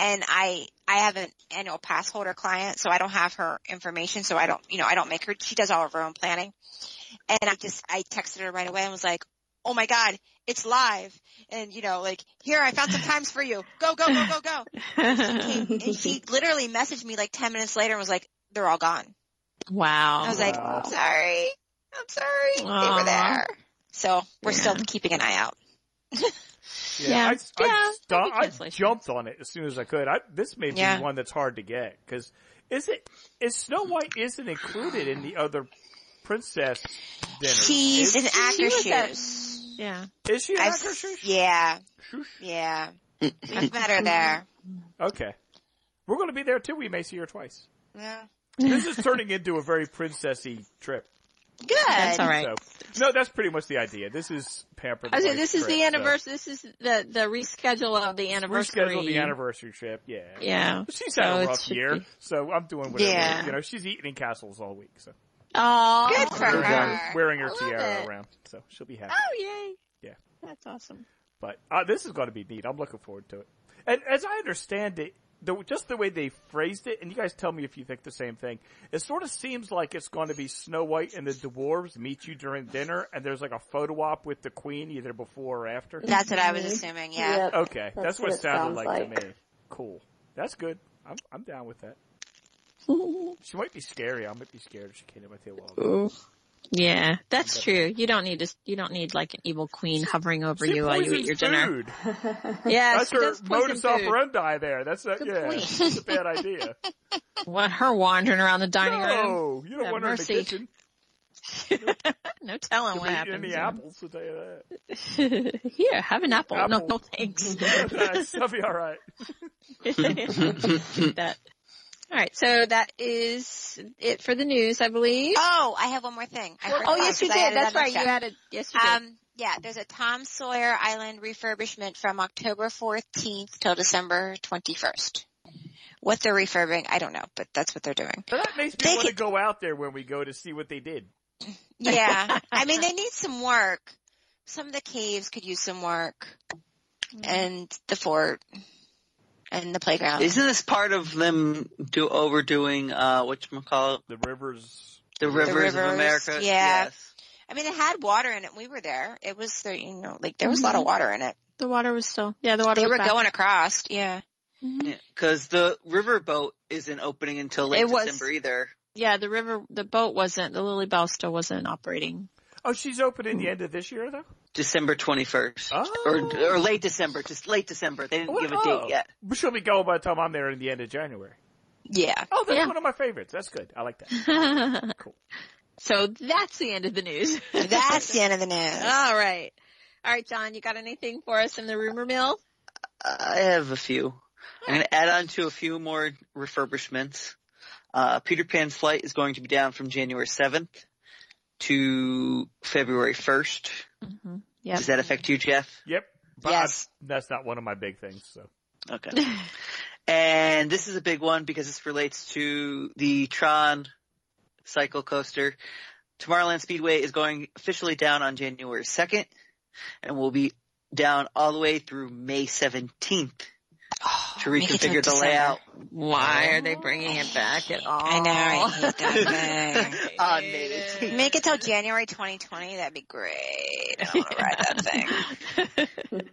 Speaker 6: and I, I have an annual pass holder client. So I don't have her information. So I don't, you know, I don't make her, she does all of her own planning. And I just, I texted her right away and was like, Oh my God, it's live. And you know, like here, I found some times for you. Go, go, go, go, go. Kate, and she literally messaged me like 10 minutes later and was like, they're all gone.
Speaker 1: wow.
Speaker 6: I was like,
Speaker 4: Wow.
Speaker 6: I'm sorry. I'm sorry. They
Speaker 1: Aw.
Speaker 6: were there. So we're
Speaker 1: Yeah.
Speaker 6: still keeping an eye out.
Speaker 1: Yeah.
Speaker 5: I, I,
Speaker 1: Yeah,
Speaker 5: sto-
Speaker 1: there'll be
Speaker 5: I
Speaker 1: cancellations.
Speaker 5: jumped on it as soon as I could. I, this may be
Speaker 6: Yeah.
Speaker 5: one that's hard to get because is it is Snow White isn't included in the other princess dinner?
Speaker 6: She's in
Speaker 5: is,
Speaker 6: actor
Speaker 1: was at-
Speaker 6: shoes.
Speaker 1: yeah.
Speaker 5: is she an
Speaker 6: I've-
Speaker 5: actor? Shush?
Speaker 6: Yeah,
Speaker 5: Shush.
Speaker 6: yeah. I've met her there.
Speaker 5: Okay, we're going to be there too. We may see her twice.
Speaker 6: Yeah.
Speaker 5: This is turning into a very princessy trip.
Speaker 6: Good.
Speaker 1: That's all right.
Speaker 5: So, no, that's pretty much the idea. This is pampered.
Speaker 1: I was like, this is the anniversary, this is the, the reschedule of the anniversary.
Speaker 5: Reschedule uh, the anniversary trip. Yeah.
Speaker 1: Yeah. Oh,
Speaker 5: She's
Speaker 1: So
Speaker 5: had a
Speaker 1: it
Speaker 5: rough
Speaker 1: should
Speaker 5: year,
Speaker 1: be-
Speaker 5: so I'm doing whatever.
Speaker 6: Yeah.
Speaker 5: You know, she's eating in castles all week, so
Speaker 1: Oh.
Speaker 6: Good for
Speaker 5: wearing,
Speaker 6: her.
Speaker 5: wearing her
Speaker 1: I love
Speaker 5: tiara
Speaker 1: it.
Speaker 5: around, so she'll be happy.
Speaker 1: Oh yay.
Speaker 5: Yeah.
Speaker 1: That's awesome.
Speaker 5: But uh, this is going to be neat. I'm looking forward to it. And as I understand it, the, just the way they phrased it, and you guys tell me if you think the same thing. It sort of seems like it's going to be Snow White and the dwarves meet you during dinner, and there's like a photo op with the queen either before or after.
Speaker 6: That's what I was assuming. Yeah.
Speaker 4: Yep,
Speaker 5: Okay, that's, what, it sounded
Speaker 4: sounds
Speaker 5: like, to me. Cool. That's good. I'm I'm down with that. She might be scary. I might be scared if she came to my table.
Speaker 1: Yeah, that's true. You don't need to. You don't need like an evil queen hovering over
Speaker 5: She
Speaker 1: you while you eat
Speaker 5: poisons
Speaker 1: your dinner.
Speaker 5: food.
Speaker 1: Yeah,
Speaker 5: That's
Speaker 1: she
Speaker 5: her
Speaker 1: does poison
Speaker 5: modus
Speaker 1: food.
Speaker 5: operandi. There. That's not,
Speaker 1: Good
Speaker 5: yeah.
Speaker 1: point.
Speaker 5: That's a bad idea.
Speaker 1: What, her wandering around the dining room.
Speaker 5: no, you don't
Speaker 1: Have
Speaker 5: want
Speaker 1: mercy.
Speaker 5: her in the kitchen.
Speaker 1: No telling
Speaker 5: She'll
Speaker 1: what
Speaker 5: be eating
Speaker 1: happens.
Speaker 5: any apples? I'll tell you that.
Speaker 1: Here, have an apple. No,
Speaker 5: Apple.
Speaker 1: no thanks.
Speaker 5: Nice. That'll be all right.
Speaker 1: that. All right, so that is it for the news, I believe.
Speaker 6: Oh, I have one more thing. I forgot,
Speaker 1: Oh, yes, you
Speaker 6: 'cause I
Speaker 1: did.
Speaker 6: added
Speaker 1: That's
Speaker 6: that
Speaker 1: right. You
Speaker 6: extra.
Speaker 1: added. Yes, you did.
Speaker 6: Um, yeah, there's a Tom Sawyer Island refurbishment from October 14th till December 21st. What they're refurbing, I don't know, but that's what they're doing.
Speaker 5: But that makes me
Speaker 6: They
Speaker 5: want to
Speaker 6: could-
Speaker 5: go out there when we go to see what they did.
Speaker 6: Yeah. I mean, they need some work. Some of the caves could use some work Mm-hmm. and the fort and the playground.
Speaker 3: Isn't this part of them do overdoing uh whatchamacallit
Speaker 5: The rivers.
Speaker 3: the rivers, of
Speaker 6: rivers,
Speaker 3: America?
Speaker 6: yeah.
Speaker 3: Yes.
Speaker 6: I mean, it had water in it. We were there. It was the, you know, like there was a lot of Mm-hmm. water in it.
Speaker 1: the water was still. Yeah, the water
Speaker 6: They
Speaker 1: was
Speaker 6: were
Speaker 1: back.
Speaker 6: going across. Yeah.
Speaker 3: Because the riverboat isn't opening until late
Speaker 1: It was-
Speaker 3: December either.
Speaker 1: Yeah, the river, the boat wasn't. The Lily Bell still wasn't operating.
Speaker 5: Oh, she's opening
Speaker 1: Mm.
Speaker 5: the end of this year though.
Speaker 3: December 21st.
Speaker 5: Oh.
Speaker 3: Or, or late December, just late December. They didn't
Speaker 5: What-
Speaker 3: give a
Speaker 5: oh.
Speaker 3: date yet.
Speaker 5: But she'll be going by the time I'm there in the end of January.
Speaker 6: Yeah.
Speaker 5: Oh, that's
Speaker 1: Yeah.
Speaker 5: one of my favorites. That's good. I like that. Cool.
Speaker 1: So that's the end of the news.
Speaker 6: That's the end of the news.
Speaker 1: All right. All right, John, you got anything for us in the rumor mill?
Speaker 3: I have a few. I'm going to add on to a few more refurbishments. Uh, Peter Pan flight is going to be down from January 7th to February 1st.
Speaker 1: Mm-hmm. Yep.
Speaker 3: Does that affect you, Jeff?
Speaker 5: Yep. But
Speaker 6: Yes.
Speaker 5: I- that's not one of my big things. So
Speaker 3: Okay. and this is a big one because this relates to the Tron cycle coaster. Tomorrowland Speedway is going officially down on January 2nd and will be down all the way through May 17th to
Speaker 6: make it till
Speaker 3: reconfigure the
Speaker 6: December.
Speaker 3: layout
Speaker 1: Why are they bringing it back at all?
Speaker 6: I know. I hate that thing.
Speaker 3: on May 18th.
Speaker 6: Make it till January 2020. That'd be great. I want to ride that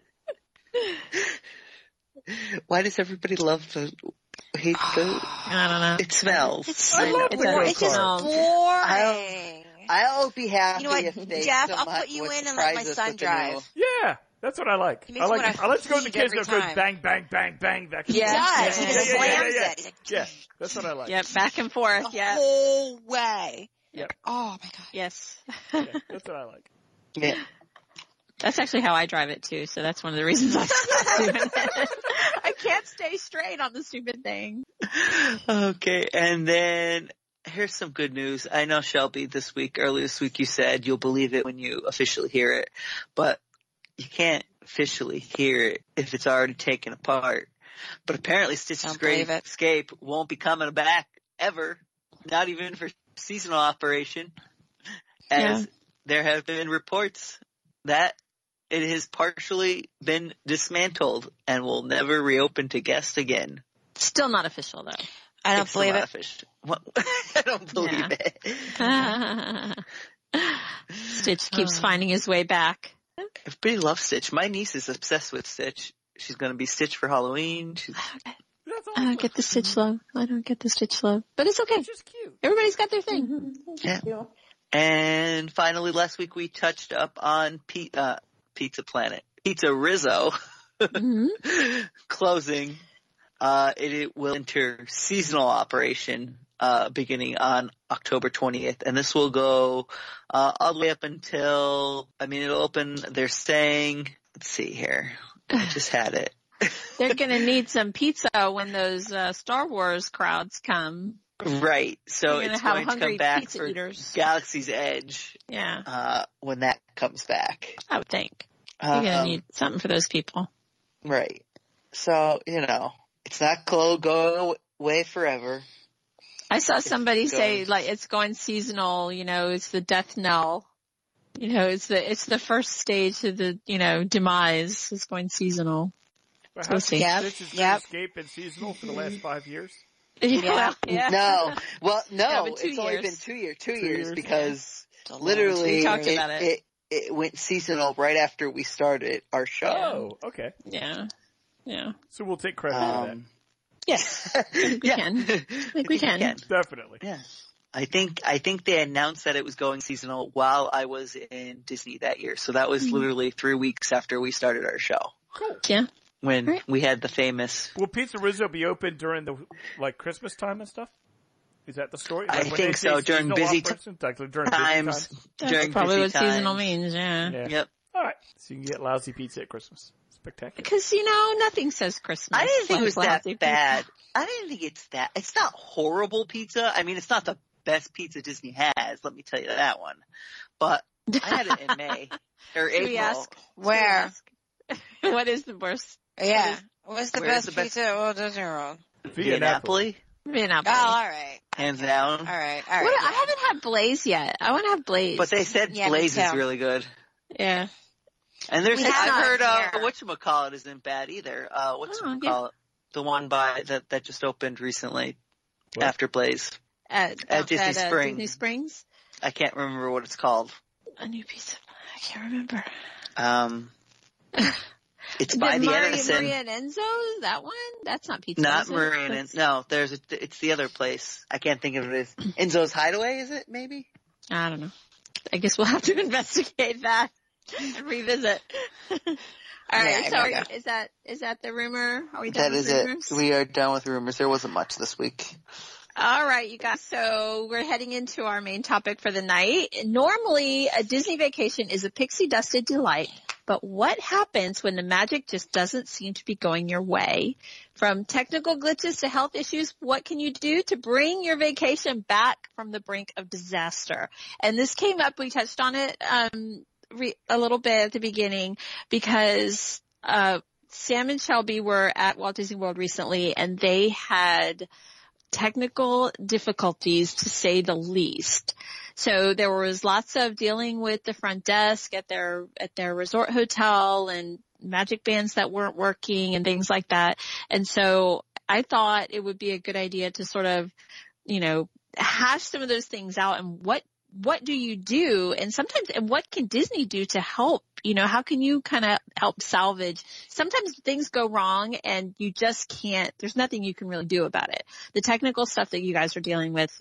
Speaker 6: thing.
Speaker 3: Why does everybody love the hate the?
Speaker 1: I don't know.
Speaker 3: It smells.
Speaker 6: Ah. It's,
Speaker 5: I love
Speaker 6: it's,
Speaker 5: window
Speaker 6: boring. it's just
Speaker 1: cars.
Speaker 6: boring.
Speaker 3: I'll be happy
Speaker 6: You know what,
Speaker 3: if they
Speaker 6: Jeff,
Speaker 3: come
Speaker 6: I'll
Speaker 3: up
Speaker 6: put you
Speaker 3: with
Speaker 6: in and let my
Speaker 3: surprises
Speaker 6: son
Speaker 3: with the
Speaker 6: drive.
Speaker 3: new-
Speaker 5: yeah, that's what I like.
Speaker 6: He makes
Speaker 5: I like.
Speaker 6: me
Speaker 5: it.
Speaker 6: wanna
Speaker 5: I like to go to the
Speaker 6: heave
Speaker 5: kids and
Speaker 6: every
Speaker 5: go
Speaker 6: time.
Speaker 5: bang, bang, bang, bang, bang.
Speaker 6: He does. He
Speaker 1: Yeah,
Speaker 6: just
Speaker 1: yeah,
Speaker 6: slams
Speaker 5: yeah.
Speaker 6: it. He's like,
Speaker 5: Yeah, that's what I like.
Speaker 1: Yep, back and forth.
Speaker 6: the
Speaker 1: Yep.
Speaker 6: whole way.
Speaker 5: Yep.
Speaker 6: Oh my god.
Speaker 1: Yes.
Speaker 5: Yeah, that's what I like.
Speaker 3: Yeah.
Speaker 1: That's actually how I drive it too, so that's one of the reasons I stopped doing it. I can't stay straight on the stupid thing.
Speaker 3: Okay, and then here's some good news. I know Shelby this week, earlier this week you said you'll believe it when you officially hear it, but you can't officially hear it if it's already taken apart. But apparently Stitch's
Speaker 6: Don't
Speaker 3: Great
Speaker 6: believe it.
Speaker 3: Escape won't be coming back ever, not even for seasonal operation, as there have been reports that it has partially been dismantled and will never reopen to guests again.
Speaker 1: Still not official though.
Speaker 6: I don't
Speaker 3: It's
Speaker 6: believe
Speaker 3: not
Speaker 6: it.
Speaker 3: official. What? I don't believe
Speaker 1: Yeah.
Speaker 3: it.
Speaker 1: Stitch keeps finding his way back.
Speaker 3: Everybody loves Stitch. My niece is obsessed with Stitch. She's gonna be Stitch for Halloween. She's,
Speaker 5: That's
Speaker 1: I
Speaker 5: awesome.
Speaker 1: don't get the Stitch love. I don't get the Stitch love. But it's okay.
Speaker 5: It's just cute.
Speaker 1: Everybody's got their thing.
Speaker 3: Yeah.
Speaker 4: Cute.
Speaker 3: and finally, last week we touched up on P- uh, Pizza Planet. Pizza Rizzo
Speaker 1: Mhm.
Speaker 3: closing. Uh, it, it will enter seasonal operation uh, beginning on October 20th, and this will go uh, all the way up until. I mean, it'll open. They're saying. Let's see here. I just had it.
Speaker 1: They're gonna need some pizza when those uh, Star Wars crowds come.
Speaker 3: Right. So
Speaker 1: They're gonna
Speaker 3: it's
Speaker 1: have
Speaker 3: going to
Speaker 1: hungry
Speaker 3: come back
Speaker 1: pizza
Speaker 3: for
Speaker 1: eaters.
Speaker 3: Galaxy's Edge
Speaker 1: Yeah,
Speaker 3: uh, when that comes back.
Speaker 1: I would think. You're
Speaker 3: Um,
Speaker 1: gonna need something for those people.
Speaker 3: Right. So you know, it's not go go away forever.
Speaker 1: I saw somebody say
Speaker 3: going-
Speaker 1: like it's going seasonal, you know, it's the death knell. You know, it's the it's the first stage to the, you know, demise. It's going seasonal.
Speaker 5: But
Speaker 1: We'll
Speaker 5: has
Speaker 1: see.
Speaker 6: Yep,
Speaker 5: Stitch's Great
Speaker 6: yep.
Speaker 5: Escape been seasonal for the last five years?
Speaker 1: Yeah. yeah.
Speaker 3: No. Well, no.
Speaker 1: Yeah, but two
Speaker 3: it's only
Speaker 1: years.
Speaker 3: been two year, two,
Speaker 5: Two
Speaker 3: years,
Speaker 5: years.
Speaker 3: because
Speaker 6: It's a long
Speaker 3: literally
Speaker 1: We talked
Speaker 3: it,
Speaker 1: about it.
Speaker 3: it it went seasonal right after we started our show.
Speaker 5: Oh, okay.
Speaker 1: Yeah. Yeah.
Speaker 5: So we'll take credit for that.
Speaker 3: Um,
Speaker 1: Yeah.
Speaker 3: yeah.
Speaker 1: Oh. can.
Speaker 3: I
Speaker 1: think we can.
Speaker 5: Definitely.
Speaker 3: Yeah. I think I think they announced that it was going seasonal while I was in Disney that year. So that
Speaker 1: Mm-hmm.
Speaker 3: was literally three weeks after we started our show
Speaker 1: Yeah.
Speaker 3: when
Speaker 1: Right.
Speaker 3: we had the famous.
Speaker 5: Will Pizza Rizzo be open during the like Christmas time and stuff? Is that the story?
Speaker 3: I
Speaker 5: Like, when
Speaker 3: think
Speaker 5: they say
Speaker 3: so, during
Speaker 5: seasonal
Speaker 3: busy
Speaker 5: off person? Like, during busy
Speaker 3: Times
Speaker 5: times.
Speaker 1: That's
Speaker 3: during
Speaker 1: probably
Speaker 3: busy
Speaker 1: what
Speaker 3: times.
Speaker 1: seasonal means, yeah.
Speaker 5: Yeah.
Speaker 3: Yep.
Speaker 5: All right. So you can get lousy pizza at Christmas. Spectacular.
Speaker 1: Cause you know, nothing says Christmas.
Speaker 3: I didn't think it
Speaker 1: like
Speaker 3: was that
Speaker 1: lousy pizza.
Speaker 3: bad. I didn't think it's that. It's not horrible pizza. I mean, it's not the best pizza Disney has. Let me tell you that one. But I had it in May or
Speaker 1: Should
Speaker 3: April.
Speaker 1: we ask?
Speaker 6: Where?
Speaker 1: what is the worst?
Speaker 6: Yeah. What's the
Speaker 3: Where's
Speaker 6: best
Speaker 3: the best-
Speaker 6: pizza at Walt Disney World?
Speaker 5: Via Napoli.
Speaker 3: Napoli,
Speaker 6: Oh,
Speaker 1: Monopoly.
Speaker 6: all right.
Speaker 3: hands down.
Speaker 6: All right. All right.
Speaker 1: What, I haven't had Blaze yet. I want to have Blaze.
Speaker 3: But they said
Speaker 6: Yeah, me
Speaker 3: Blaze is
Speaker 6: too.
Speaker 3: really good.
Speaker 1: yeah.
Speaker 3: And there's
Speaker 6: We have
Speaker 3: I've
Speaker 6: not
Speaker 3: heard uh
Speaker 6: here.
Speaker 3: whatchamacallit isn't bad either. Uh
Speaker 1: Oh,
Speaker 3: whatchamacallit.
Speaker 1: yeah.
Speaker 3: The one by that that just opened recently
Speaker 5: What?
Speaker 3: after Blaze.
Speaker 1: At,
Speaker 3: At Disney
Speaker 1: uh,
Speaker 3: Springs.
Speaker 1: Disney Springs.
Speaker 3: I can't remember what it's called.
Speaker 1: A new pizza. I can't remember.
Speaker 3: Um it's
Speaker 1: The
Speaker 3: by the
Speaker 1: Maria,
Speaker 3: Edison.
Speaker 1: Maria and Enzo, that one? That's not pizza.
Speaker 3: not
Speaker 1: is it?
Speaker 3: Maria and
Speaker 1: That's-
Speaker 3: En- no, there's a, it's the other place. I can't think of it as Enzo's Hideaway, is it maybe?
Speaker 1: I don't know. I guess we'll have to investigate that and revisit. All right.
Speaker 6: Yeah,
Speaker 1: so
Speaker 6: I
Speaker 1: are
Speaker 6: know.
Speaker 1: you, is that is that the rumor? Are we done
Speaker 3: That
Speaker 1: with
Speaker 3: is
Speaker 1: rumors?
Speaker 3: it. We are done with rumors. There wasn't much this week.
Speaker 1: All right, you guys. So we're heading into our main topic for the night. Normally, a Disney vacation is a pixie dusted delight, but what happens when the magic just doesn't seem to be going your way? From technical glitches to health issues, what can you do to bring your vacation back from the brink of disaster? And this came up. We touched on it um, re- a little bit at the beginning because uh, Sam and Shelby were at Walt Disney World recently, and they had technical difficulties to say the least. So there was lots of dealing with the front desk at their at their resort hotel and magic bands that weren't working and things like that. And so I thought it would be a good idea to sort of, you know, hash some of those things out and what what do you do and sometimes and what can Disney do to help? You know, how can you kind of help salvage? Sometimes things go wrong and you just can't there's nothing you can really do about it the technical stuff that you guys are dealing with,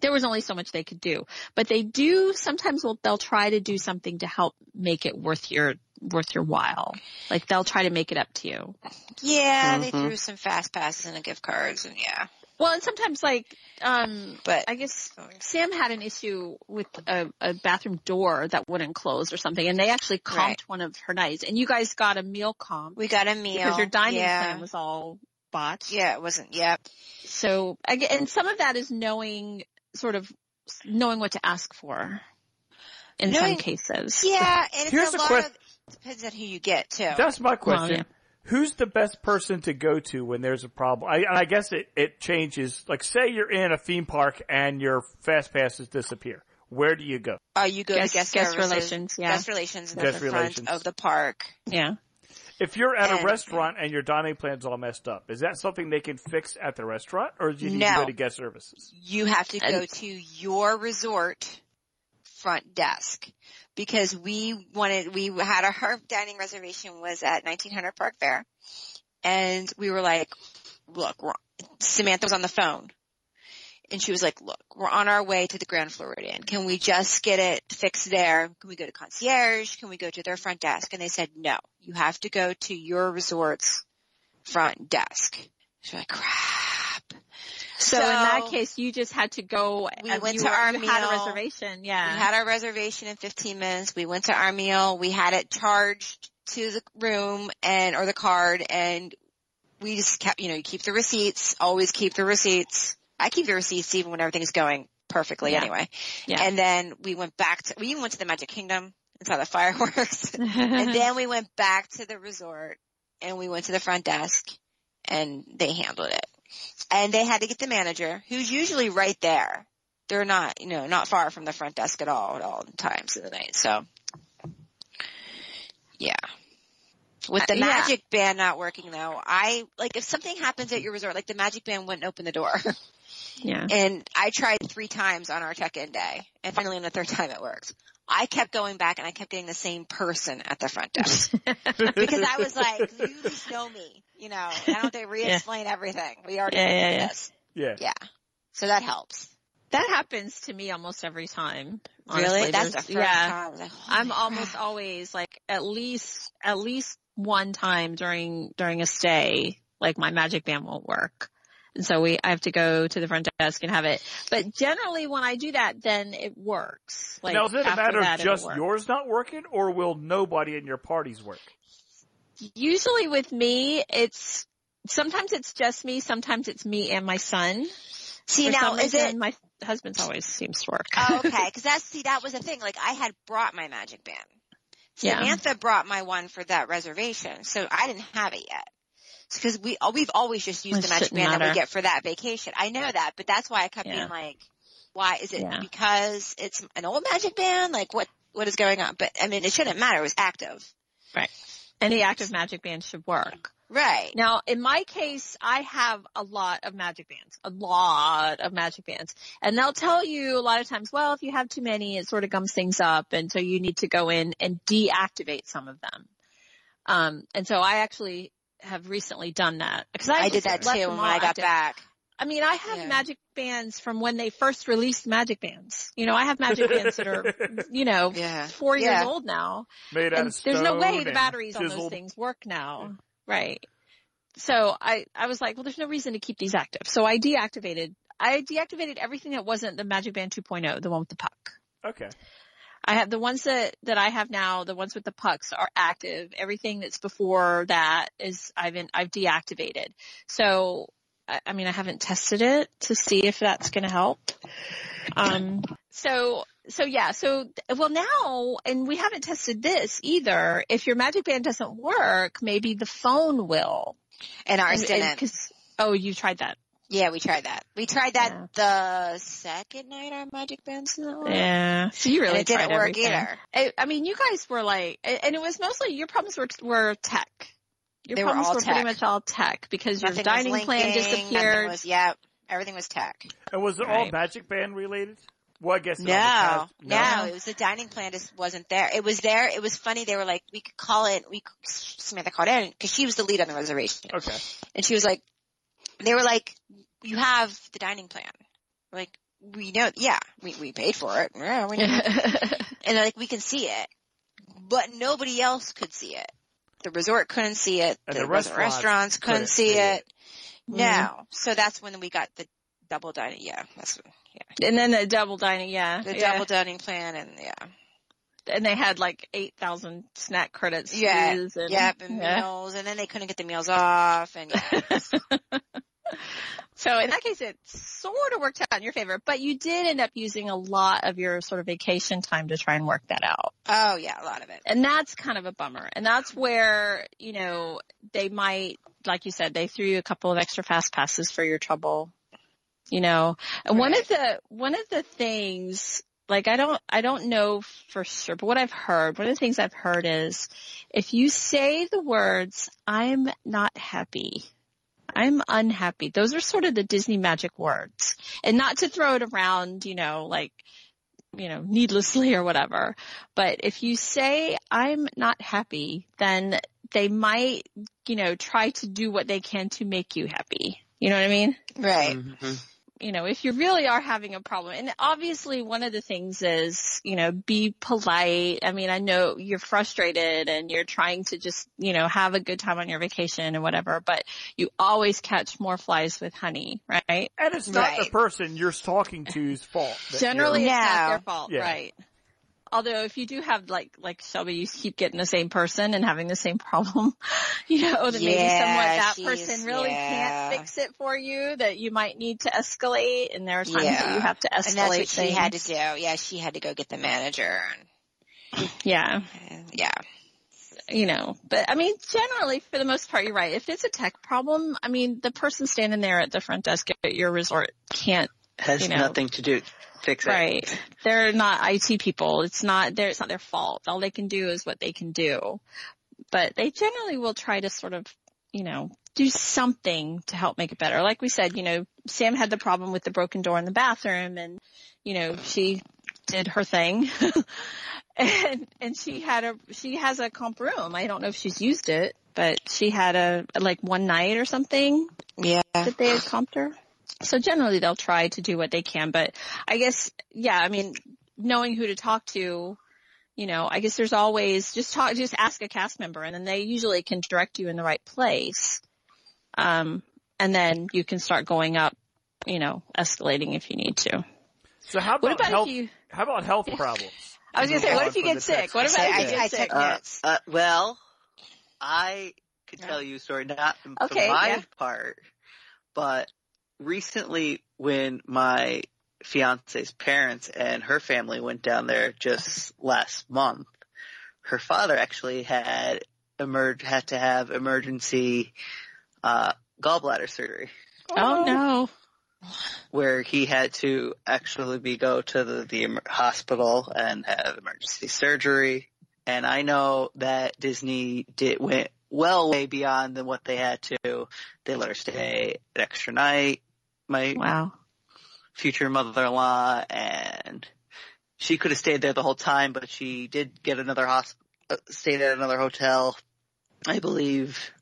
Speaker 1: there was only so much they could do. But they do sometimes will they'll try to do something to help make it worth your worth your while. Like they'll try to make it up to you.
Speaker 6: Yeah, they
Speaker 3: Mhm.
Speaker 6: threw some fast passes and gift cards and yeah.
Speaker 1: Well, and sometimes like um
Speaker 6: But
Speaker 1: I guess Sam had an issue with a, a bathroom door that wouldn't close or something, and they actually comped
Speaker 6: Right.
Speaker 1: one of her nights. And you guys got a meal comp
Speaker 6: we got a meal.
Speaker 1: because your dining
Speaker 6: yeah.
Speaker 1: plan was all botched.
Speaker 6: Yeah, it wasn't. Yeah.
Speaker 1: So again, and some of that is knowing sort of knowing what to ask for in
Speaker 6: Knowing-
Speaker 1: some cases.
Speaker 6: Yeah, and it's
Speaker 5: Here's
Speaker 6: a
Speaker 5: the
Speaker 6: lot
Speaker 5: quest-
Speaker 6: of depends on who you get too.
Speaker 5: That's my question.
Speaker 1: Well, yeah.
Speaker 5: Who's the best person to go to when there's a problem? I, and I guess it, it changes. Like, say you're in a theme park and your fast passes disappear. Where do you go?
Speaker 6: Oh, you go
Speaker 1: Guest-
Speaker 6: to guest,
Speaker 1: guest
Speaker 6: services,
Speaker 1: relations, yeah.
Speaker 6: guest relations at
Speaker 5: Guest
Speaker 6: the
Speaker 5: relations.
Speaker 6: front of the park.
Speaker 1: Yeah.
Speaker 5: If you're at a
Speaker 6: And-
Speaker 5: restaurant and your dining plan's all messed up, is that something they can fix at the restaurant or do you need to
Speaker 6: No.
Speaker 5: go to guest services?
Speaker 6: You have to go
Speaker 1: And-
Speaker 6: to your resort front desk because we wanted we had our our dining reservation was at 1900 Park Fair, and we were like, look, we're, Samantha was on the phone. And she was like, look, we're on our way to the Grand Floridian. Can we just get it fixed there? Can we go to concierge? Can we go to their front desk? And they said, no, you have to go to your resort's front desk. She's like, crap.
Speaker 1: So, in that case, you just had to go.
Speaker 6: We
Speaker 1: uh,
Speaker 6: went
Speaker 1: you
Speaker 6: to our
Speaker 1: you had a
Speaker 6: meal.
Speaker 1: reservation. Yeah.
Speaker 6: We had our reservation in 15 minutes. We went to our meal. We had it charged to the room and, or the card and we just kept, you know, you keep the receipts, always keep the receipts. I keep the receipts even when everything's going perfectly
Speaker 1: Yeah.
Speaker 6: anyway.
Speaker 1: Yeah.
Speaker 6: And then we went back to, we even went to the Magic Kingdom and saw the fireworks. and then we went back to the resort and we went to the front desk and they handled it. And they had to get the manager who's usually right there. They're not, you know, not far from the front desk at all at all times of the night. So yeah. With the
Speaker 1: Uh, yeah.
Speaker 6: magic band not working though, I like if something happens at your resort, like the magic band wouldn't open the door.
Speaker 1: yeah.
Speaker 6: and I tried three times on our check-in day and finally on the third time it worked. I kept going back and I kept getting the same person at the front desk because I was like, you just know me. You know, I don't have to re-explain everything. We already
Speaker 1: Yeah,
Speaker 6: did
Speaker 1: yeah, yeah.
Speaker 6: this.
Speaker 5: Yeah.
Speaker 6: Yeah. So that helps.
Speaker 1: That happens to me almost every time.
Speaker 6: really?
Speaker 1: honestly.
Speaker 6: That's the
Speaker 1: There's-
Speaker 6: first
Speaker 1: yeah.
Speaker 6: time. I was like, oh ah. holy
Speaker 1: I'm
Speaker 6: crap.
Speaker 1: almost always like at least at least one time during during a stay, like my magic band won't work. And so we I have to go to the front desk and have it. But generally when I do that then it works. Like
Speaker 5: now is it a
Speaker 1: after
Speaker 5: matter
Speaker 1: that,
Speaker 5: of
Speaker 1: it'll
Speaker 5: just
Speaker 1: work.
Speaker 5: yours not working or will nobody in your parties work?
Speaker 1: Usually with me it's sometimes it's just me, sometimes it's me and my son.
Speaker 6: See
Speaker 1: For
Speaker 6: now,
Speaker 1: some
Speaker 6: is
Speaker 1: reason,
Speaker 6: it?
Speaker 1: my husband's always seems to work.
Speaker 6: Oh, okay, because that's see that was the thing. Like I had brought my magic band.
Speaker 1: Yeah.
Speaker 6: Samantha brought my one for that reservation, so I didn't have it yet. Because we uh, we've always just used
Speaker 1: It
Speaker 6: the magic
Speaker 1: shouldn't
Speaker 6: band that we
Speaker 1: matter.
Speaker 6: get for that vacation. I know that, but that's why I kept
Speaker 1: Yeah.
Speaker 6: being like, why is it
Speaker 1: Yeah.
Speaker 6: because it's an old magic band? Like what what is going on? But I mean, it shouldn't matter. It was active,
Speaker 1: Any active magic band should work.
Speaker 6: right?
Speaker 1: Now, in my case, I have a lot of magic bands, a lot of magic bands. And they'll tell you a lot of times, well, if you have too many, it sort of gums things up. And so you need to go in and deactivate some of them. Um, and so I actually have recently done that because I,
Speaker 6: I did that
Speaker 1: left
Speaker 6: too
Speaker 1: them
Speaker 6: when
Speaker 1: all
Speaker 6: I got
Speaker 1: active.
Speaker 6: back.
Speaker 1: I mean, I have
Speaker 6: Yeah.
Speaker 1: magic bands from when they first released magic bands. You know, I have magic bands that are, you know,
Speaker 6: Yeah.
Speaker 1: four
Speaker 6: Yeah.
Speaker 1: years old now
Speaker 5: Made out
Speaker 1: and
Speaker 5: of stone.
Speaker 1: there's no way
Speaker 5: and
Speaker 1: the batteries on those
Speaker 5: chiseled.
Speaker 1: things work now. Right. So I, I was like, well, there's no reason to keep these active. So I deactivated, I deactivated everything that wasn't the Magic Band 2.0, the one with the puck.
Speaker 5: Okay.
Speaker 1: I have the ones that, that I have now, the ones with the pucks are active. Everything that's before that is, I've in, I've deactivated. So, I, I mean, I haven't tested it to see if that's going to help. Um, so, so yeah, so, well now, and we haven't tested this either. If your magic band doesn't work, maybe the phone will.
Speaker 6: And ours
Speaker 1: And- and-
Speaker 6: didn't.
Speaker 1: 'cause- oh, you tried that.
Speaker 6: Yeah, we tried that. We tried that the second night our magic bands didn't work.
Speaker 1: Yeah. So you
Speaker 6: and
Speaker 1: really
Speaker 6: it didn't
Speaker 1: tried
Speaker 6: work
Speaker 1: everything.
Speaker 6: either.
Speaker 1: I, I mean, you guys were like, and and it was mostly your problems were were tech. Your
Speaker 6: They were
Speaker 1: problems
Speaker 6: all
Speaker 1: were, pretty
Speaker 6: tech.
Speaker 1: much all tech because your
Speaker 6: Nothing
Speaker 1: dining
Speaker 6: was
Speaker 1: plan
Speaker 6: linking, Nothing
Speaker 1: disappeared.
Speaker 6: was, yep. Everything was tech.
Speaker 5: And was it all
Speaker 1: Right.
Speaker 5: magic band related? Well, I guess it
Speaker 6: No,
Speaker 5: was past-
Speaker 6: no, it was the dining plan just wasn't there. It was there. It was funny. They were like, we could call it. We could- Samantha called in because she was the lead on the reservation,
Speaker 5: Okay.
Speaker 6: and she was like, they were like, you have the dining plan. We're like we know, yeah, we we paid for it. Yeah, we know. and they're like, we can see it, but nobody else could see it. The resort couldn't see it.
Speaker 5: And
Speaker 6: the
Speaker 5: the
Speaker 6: restaurants,
Speaker 5: restaurants
Speaker 6: restaurants couldn't,
Speaker 5: couldn't
Speaker 6: see
Speaker 5: see
Speaker 6: it. Mm-hmm.
Speaker 1: Mhm.
Speaker 6: No, so that's when we got the double dining. Yeah, that's yeah,
Speaker 1: and then the double dining, yeah,
Speaker 6: the
Speaker 1: yeah.
Speaker 6: double dining plan, and yeah,
Speaker 1: and they had like eight thousand snack credits. to
Speaker 6: yeah,
Speaker 1: use and,
Speaker 6: yep, and
Speaker 1: yeah.
Speaker 6: meals, and then they couldn't get the meals off, and yeah.
Speaker 1: So in that case, it sort of worked out in your favor, but you did end up using a lot of your sort of vacation time to try and work that out.
Speaker 6: oh yeah, a lot of it.
Speaker 1: and that's kind of a bummer. And that's where, you know, they might, like you said, they threw you a couple of extra fast passes for your trouble, you know, and one of the, one of the things, like I don't, I don't know for sure, but what I've heard, one of the things I've heard is if you say the words, I'm not happy. I'm unhappy. Those are sort of the Disney magic words and not to throw it around, you know, like, you know, needlessly or whatever. But if you say, I'm not happy, then they might, you know, try to do what they can to make you happy. You know what I mean?
Speaker 6: Right.
Speaker 3: Mhm.
Speaker 1: you know, if you really are having a problem, and obviously one of the things is, you know, be polite. I mean, I know you're frustrated and you're trying to just, you know, have a good time on your vacation and whatever, but you always catch more flies with honey, right?
Speaker 5: And it's not the
Speaker 6: Right.
Speaker 5: person you're talking to's fault. that you're-
Speaker 1: Generally it's not
Speaker 6: No.
Speaker 1: their fault,
Speaker 5: Yeah.
Speaker 1: right? Although if you do have like, like Shelby, you keep getting the same person and having the same problem, you know, that maybe
Speaker 6: Yeah,
Speaker 1: someone, that
Speaker 6: she's-
Speaker 1: person really
Speaker 6: yeah.
Speaker 1: can't fix it for you, that you might need to escalate and there are times that you
Speaker 6: Yeah.
Speaker 1: have to escalate
Speaker 6: And that's what she
Speaker 1: things.
Speaker 6: had to do. Yeah, she had to go get the manager.
Speaker 1: Yeah,
Speaker 6: And, and yeah.
Speaker 1: you know, but I mean, generally, for the most part, you're right. If it's a tech problem, I mean, the person standing there at the front desk at your resort can't,
Speaker 3: Has
Speaker 1: You know.
Speaker 3: nothing to do. Fix it.
Speaker 1: right? They're not IT people. It's not their, it's not their fault. All they can do is what they can do. But they generally will try to sort of, you know, do something to help make it better. Like we said, you know, Sam had the problem with the broken door in the bathroom and, you know, she did her thing and and she had a she has a comp room. I don't know if she's used it, but she had a like one night or something
Speaker 6: Yeah.
Speaker 1: that they had comped her. So generally they'll try to do what they can, but I guess, yeah, I mean, knowing who to talk to, you know, I guess there's always just talk, just ask a cast member and then they usually can direct you in the right place. Um, and then you can start going up, you know, escalating if you need to.
Speaker 5: So how
Speaker 1: What
Speaker 5: about,
Speaker 1: about if
Speaker 5: health?
Speaker 1: you-
Speaker 5: How about health problems?
Speaker 1: I was gonna say, what if you
Speaker 5: From
Speaker 1: get
Speaker 5: the
Speaker 1: sick?
Speaker 5: text.
Speaker 1: What
Speaker 6: I,
Speaker 1: about if you
Speaker 6: I, I
Speaker 1: get sick?
Speaker 6: took
Speaker 3: Uh,
Speaker 6: notes.
Speaker 3: uh, well, I could
Speaker 2: Yeah.
Speaker 3: tell you a story, not from
Speaker 1: Okay,
Speaker 3: my
Speaker 1: yeah.
Speaker 3: part, but recently when my fiance's parents and her family went down there just last month, her father actually had emerged, had to have emergency, uh, gallbladder surgery
Speaker 1: Oh no.
Speaker 3: where he had to actually be go to the, the em- hospital and have emergency surgery. And I know that Disney did went well way beyond than what they had to. They let her stay an extra night. My
Speaker 1: Wow.
Speaker 3: future mother-in-law and she could have stayed there the whole time, but she did get another hospital, stayed at another hotel, I believe.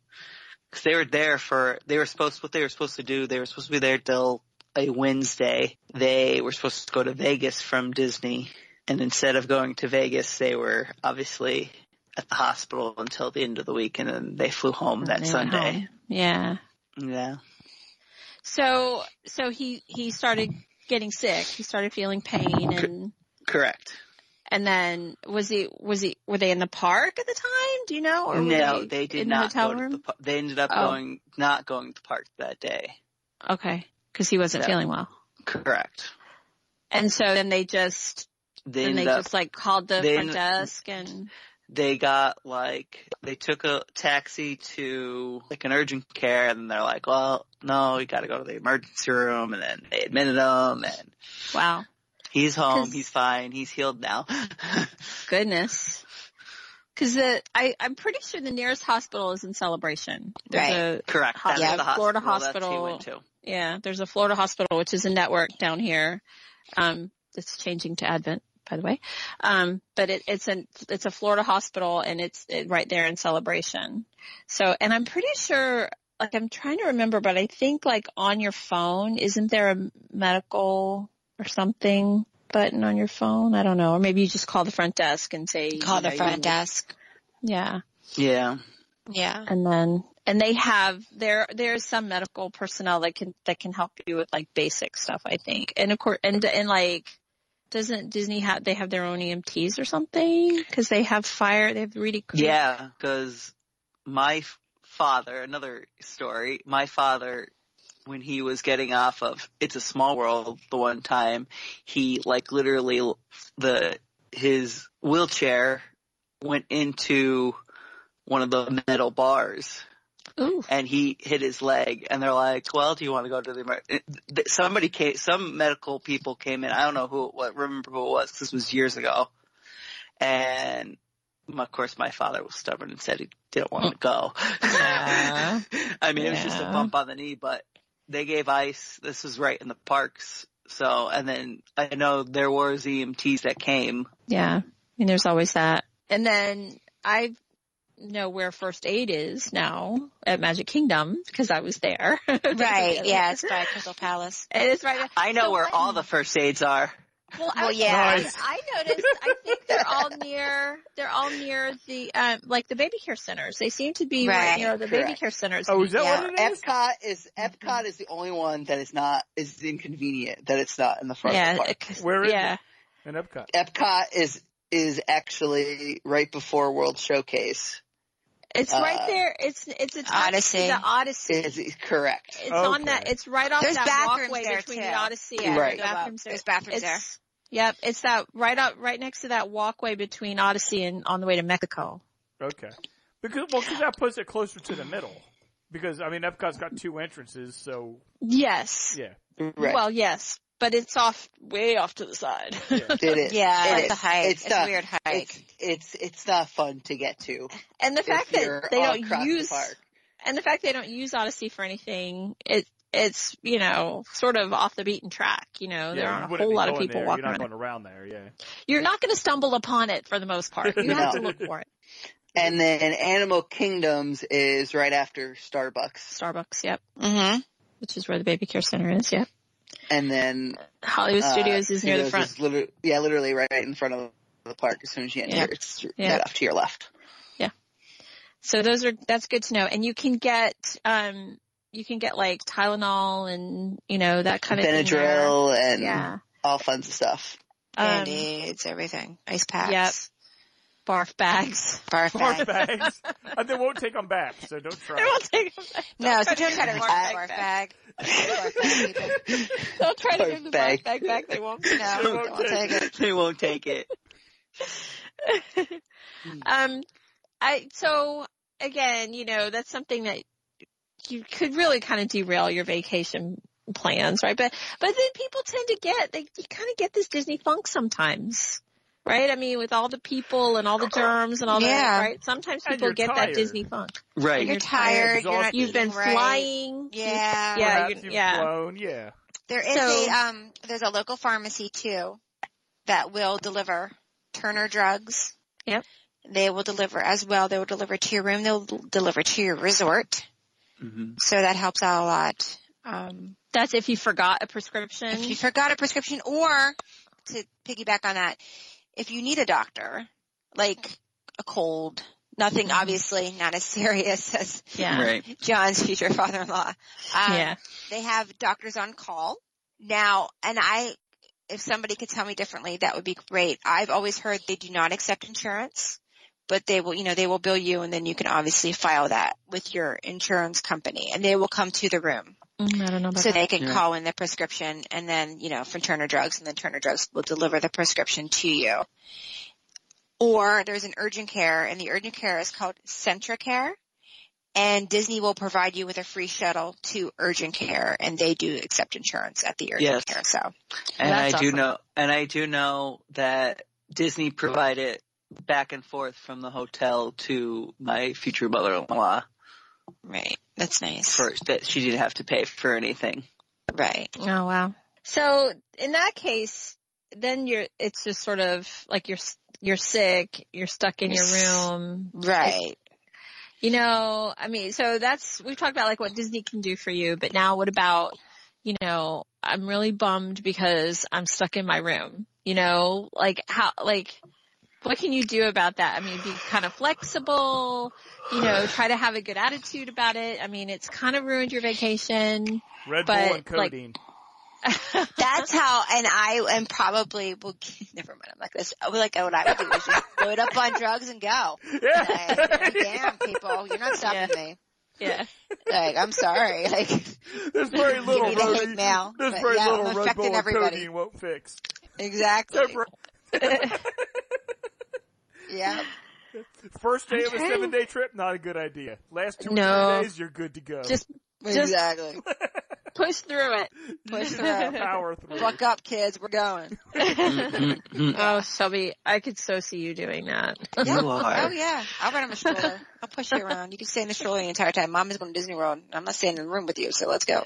Speaker 3: 'Cause they were there for, they were supposed, what they were supposed to do, they were supposed to be there till a Wednesday. They were supposed to go to Vegas from Disney. And instead of going to Vegas, they were obviously at the hospital until the end of the week and then they flew home that
Speaker 1: They went
Speaker 3: Sunday.
Speaker 1: home. Yeah.
Speaker 3: Yeah.
Speaker 1: So, so he, he started getting sick. He started feeling pain and,
Speaker 3: Correct.
Speaker 1: and then was he, was he, were they in the park at the time? Do you know? Or were
Speaker 3: no,
Speaker 1: they,
Speaker 3: they, did
Speaker 1: in the
Speaker 3: not
Speaker 1: hotel
Speaker 3: go
Speaker 1: room?
Speaker 3: to the par- They ended up
Speaker 1: Oh.
Speaker 3: going, not going to the park that day.
Speaker 1: Okay. Cause he wasn't
Speaker 3: No.
Speaker 1: feeling well.
Speaker 3: Correct.
Speaker 1: And so then they just,
Speaker 3: They
Speaker 1: then they
Speaker 3: ended up,
Speaker 1: just like called the
Speaker 3: they
Speaker 1: front
Speaker 3: ended-
Speaker 1: desk and,
Speaker 3: they got like, they took a taxi to like an urgent care and they're like, well, no, you gotta go to the emergency room and then they admitted him and
Speaker 1: wow,
Speaker 3: He's home.
Speaker 1: 'Cause-
Speaker 3: He's fine. He's healed now.
Speaker 1: goodness. Cause the, I, I'm pretty sure the nearest hospital is in celebration. There's
Speaker 6: Right.
Speaker 1: a-
Speaker 3: Correct.
Speaker 1: Ho-
Speaker 3: That's
Speaker 6: yeah,
Speaker 3: the hospital.
Speaker 1: Florida
Speaker 3: That's who he
Speaker 1: hospital.
Speaker 3: went to.
Speaker 1: Yeah, there's a Florida hospital, which is a network down here. Um, it's changing to Advent, by the way. Um, but it, it's an it's a Florida hospital, and it's it, right there in Celebration. So, and I'm pretty sure, like I'm trying to remember, but I think like on your phone, isn't there a medical or something button on your phone? I don't know, or maybe you just call the front desk and say
Speaker 6: Call
Speaker 1: you
Speaker 6: the
Speaker 1: know,
Speaker 6: front
Speaker 1: you-
Speaker 6: desk.
Speaker 1: Yeah,
Speaker 3: Yeah.
Speaker 6: Yeah.
Speaker 1: and then and they have there there's some medical personnel that can that can help you with like basic stuff i think and of course and and like doesn't disney have they have their own emts or something because they have fire they have really cool
Speaker 3: Yeah. Cause my f- father, another story, my father, when he was getting off of It's a Small World the one time, he like literally l- the, his wheelchair went into one of the metal bars
Speaker 1: Ooh.
Speaker 3: and he hit his leg and they're like, well, do you want to go to the, emer-? th- somebody came, some medical people came in. I don't know who it was, remember who it was. 'cause This was years ago. And m- of course my father was stubborn and said he didn't want to go.
Speaker 1: Yeah.
Speaker 3: I mean, it was just a
Speaker 1: Yeah.
Speaker 3: bump on the knee, but they gave ice. This was right in the parks. So, and then I know there was EMTs that came.
Speaker 1: yeah i mean there's always that and then i know where first aid is now at magic kingdom because i was there
Speaker 6: Right. Yeah, it's by Crystal Palace.
Speaker 1: it is right
Speaker 3: I know
Speaker 1: So
Speaker 3: where
Speaker 1: what-
Speaker 3: all the first aids are.
Speaker 1: Well, I
Speaker 6: Well,
Speaker 1: was
Speaker 6: yeah.
Speaker 1: gonna say, I noticed. I think they're all near. They're all near the um, like the baby care centers. They seem to be right,
Speaker 6: Right,
Speaker 1: near the baby
Speaker 3: correct.
Speaker 1: care centers.
Speaker 5: Oh, is that
Speaker 6: Yeah.
Speaker 5: what it is?
Speaker 3: Epcot is Epcot is the only one that is not is inconvenient that it's not in the front
Speaker 1: yeah,
Speaker 3: of the park.
Speaker 1: it-
Speaker 5: Where is
Speaker 1: yeah.
Speaker 5: In Epcot.
Speaker 3: Epcot is is actually right before World Showcase.
Speaker 1: It's right
Speaker 3: Uh,
Speaker 1: there. It's it's attached
Speaker 6: Odyssey.
Speaker 1: to the Odyssey.
Speaker 3: Is
Speaker 1: It's
Speaker 3: it correct?
Speaker 1: on that.
Speaker 5: Okay.
Speaker 1: It's right off
Speaker 6: There's
Speaker 1: that
Speaker 6: bathrooms
Speaker 1: walkway
Speaker 6: there,
Speaker 1: between
Speaker 6: too.
Speaker 1: the Odyssey
Speaker 3: Yeah,
Speaker 1: and
Speaker 3: Right.
Speaker 1: the
Speaker 6: Go up.
Speaker 1: bathrooms. there.
Speaker 6: There's bathrooms there.
Speaker 1: It's yep. It's that right out right next to that walkway between Odyssey and on the way to Mexico.
Speaker 5: Okay. Because well, because that puts it closer to the middle. Because I mean, Epcot's got two entrances, so
Speaker 1: Yes.
Speaker 5: yeah.
Speaker 3: Right.
Speaker 1: Well, yes, but it's off way off to the side.
Speaker 3: it is.
Speaker 6: Yeah,
Speaker 3: It
Speaker 6: it's a
Speaker 3: is.
Speaker 6: hike. It's, a
Speaker 3: not-
Speaker 6: weird hike.
Speaker 3: It's it's it's not fun to get to.
Speaker 1: And the fact
Speaker 3: if you're
Speaker 1: that they
Speaker 3: all
Speaker 1: don't
Speaker 3: across
Speaker 1: use
Speaker 3: the park.
Speaker 1: and the fact they don't use Odyssey for anything, it it's you know sort of off the beaten track. You know, Oh, there
Speaker 5: yeah,
Speaker 1: aren't
Speaker 5: you
Speaker 1: a
Speaker 5: wouldn't
Speaker 1: whole
Speaker 5: be
Speaker 1: lot of
Speaker 5: going
Speaker 1: people
Speaker 5: there.
Speaker 1: walking
Speaker 5: You're
Speaker 1: around.
Speaker 5: not
Speaker 1: it.
Speaker 5: going around there. Yeah.
Speaker 1: You're not going to stumble upon it for the most part. You have to
Speaker 3: No.
Speaker 1: look for it.
Speaker 3: And then Animal Kingdoms is right after Starbucks.
Speaker 1: Starbucks, yep.
Speaker 6: Mm-hmm.
Speaker 1: Which is where the baby care center is, yep.
Speaker 3: And then
Speaker 1: Hollywood
Speaker 3: uh,
Speaker 1: Studios is near the
Speaker 3: Studios
Speaker 1: front.
Speaker 3: is liter- yeah, literally right in front of the park as soon as you enter.
Speaker 1: Yeah.
Speaker 3: It's
Speaker 1: Yeah.
Speaker 3: right off to your left.
Speaker 1: So those are that's good to know. And you can get um you can get like Tylenol and you know that kind of thing there.
Speaker 3: Benadryl and
Speaker 1: Yeah.
Speaker 3: all kinds of stuff.
Speaker 1: Um,
Speaker 6: Band-aids, everything. Ice packs.
Speaker 1: Yep. barf bags.
Speaker 6: Barf
Speaker 5: Barf
Speaker 6: bag.
Speaker 5: bags. and they won't take them back, so don't try.
Speaker 1: Don't take them back.
Speaker 6: No, so don't try to
Speaker 1: Barf
Speaker 6: resell
Speaker 1: bag
Speaker 6: barf
Speaker 1: back.
Speaker 6: bag. Barf bag people.
Speaker 1: Don't try to
Speaker 3: Barf
Speaker 1: give the barf
Speaker 3: bag.
Speaker 1: bag back. They won't. be
Speaker 6: No,
Speaker 5: They
Speaker 6: don't
Speaker 5: won't
Speaker 6: want to
Speaker 5: take
Speaker 6: take it.
Speaker 3: they won't take it.
Speaker 1: um, I so again, you know, that's something that you could really kind of derail your vacation plans, right? But but then people tend to get they you kind of get this Disney funk sometimes, right? I mean, with all the people and all the germs and all
Speaker 6: Oh, Yeah.
Speaker 1: that, right? Sometimes
Speaker 5: And
Speaker 1: people
Speaker 5: you're
Speaker 1: get
Speaker 5: tired.
Speaker 1: that Disney funk.
Speaker 3: Right.
Speaker 6: You're
Speaker 1: You're tired,
Speaker 6: tired. You're not
Speaker 5: exhausted.
Speaker 1: You've been
Speaker 6: eating right.
Speaker 1: flying.
Speaker 6: Yeah.
Speaker 1: Yeah,
Speaker 5: Perhaps
Speaker 1: you-
Speaker 5: you've
Speaker 1: yeah.
Speaker 5: flown, yeah.
Speaker 6: There is
Speaker 1: So-
Speaker 6: a um there's a local pharmacy too that will deliver Turner drugs.
Speaker 1: Yep.
Speaker 6: They will deliver as well. They will deliver to your room. They'll deliver to your resort.
Speaker 3: Mhm.
Speaker 6: So that helps out a lot. Um,
Speaker 1: That's if you forgot a prescription.
Speaker 6: if you forgot a prescription or to piggyback on that, if you need a doctor, like a cold, nothing
Speaker 1: Mhm.
Speaker 6: obviously not as serious as
Speaker 1: yeah.
Speaker 3: Right.
Speaker 6: John's future father-in-law. Um,
Speaker 1: Yeah.
Speaker 6: they have doctors on call now and i if somebody could tell me differently that would be great i've always heard they do not accept insurance but they will you know they will bill you and then you can obviously file that with your insurance company and they will come to the room
Speaker 1: Mm, I don't know about
Speaker 6: so
Speaker 1: that.
Speaker 6: they can
Speaker 3: Yeah.
Speaker 6: call in the prescription and then you know from turner drugs and then turner drugs will deliver the prescription to you or there's an urgent care and the urgent care is called centracare and Disney will provide you with a free shuttle to urgent care, and they do accept insurance at the urgent
Speaker 3: Yes.
Speaker 6: care. So
Speaker 3: And I
Speaker 1: That's
Speaker 3: do
Speaker 1: awesome.
Speaker 3: know, and I do know that Disney provided back and forth from the hotel to my future mother-in-law
Speaker 6: right, that's nice.
Speaker 3: for that she didn't have to pay for anything.
Speaker 6: right,
Speaker 1: Oh wow. So in that case, then you're it's just sort of like you're s- you're sick, you're stuck in your room.
Speaker 6: right.
Speaker 1: You know, I mean, so that's we've talked about like what Disney can do for you, but now what about, you know, I'm really bummed because I'm stuck in my room. You know, like how like what can you do about that? I mean, be kind of flexible, you know, try to have a good attitude about it. I mean, it's kind of ruined your vacation.
Speaker 5: Red
Speaker 1: But,
Speaker 5: Bull and
Speaker 1: like-
Speaker 5: codeine.
Speaker 6: That's how, and I am probably will. Never mind. I'm like this. Like what I would do is just load up on drugs and go. Like,
Speaker 5: yeah.
Speaker 6: damn people, you're not stopping me.
Speaker 1: yeah.
Speaker 6: Like I'm sorry. Like
Speaker 5: There's very little
Speaker 6: me the hate
Speaker 5: roadie-
Speaker 6: mail,
Speaker 5: There's
Speaker 6: but
Speaker 5: very
Speaker 6: yeah,
Speaker 5: little
Speaker 6: I'm
Speaker 5: Red
Speaker 6: affecting
Speaker 5: Bull and
Speaker 6: everybody.
Speaker 5: codeine won't fix.
Speaker 6: exactly.
Speaker 5: Except for
Speaker 6: Yeah.
Speaker 5: First day of a
Speaker 1: trying-
Speaker 5: seven day trip, not a good idea. Last two or
Speaker 1: No.
Speaker 5: three days, you're good to go.
Speaker 1: Just
Speaker 6: Exactly.
Speaker 1: push through it.
Speaker 6: Push through.
Speaker 5: power through.
Speaker 6: Buck up, kids. We're going.
Speaker 3: Mm-hmm.
Speaker 1: Oh, Shelby, I could so see you doing that.
Speaker 6: Yeah.
Speaker 3: You are.
Speaker 6: Oh yeah, I'll run him a stroller. I'll push you around. You can stay in the stroller the entire time. Mom is going to Disney World. I'm not staying in the room with you, so let's go.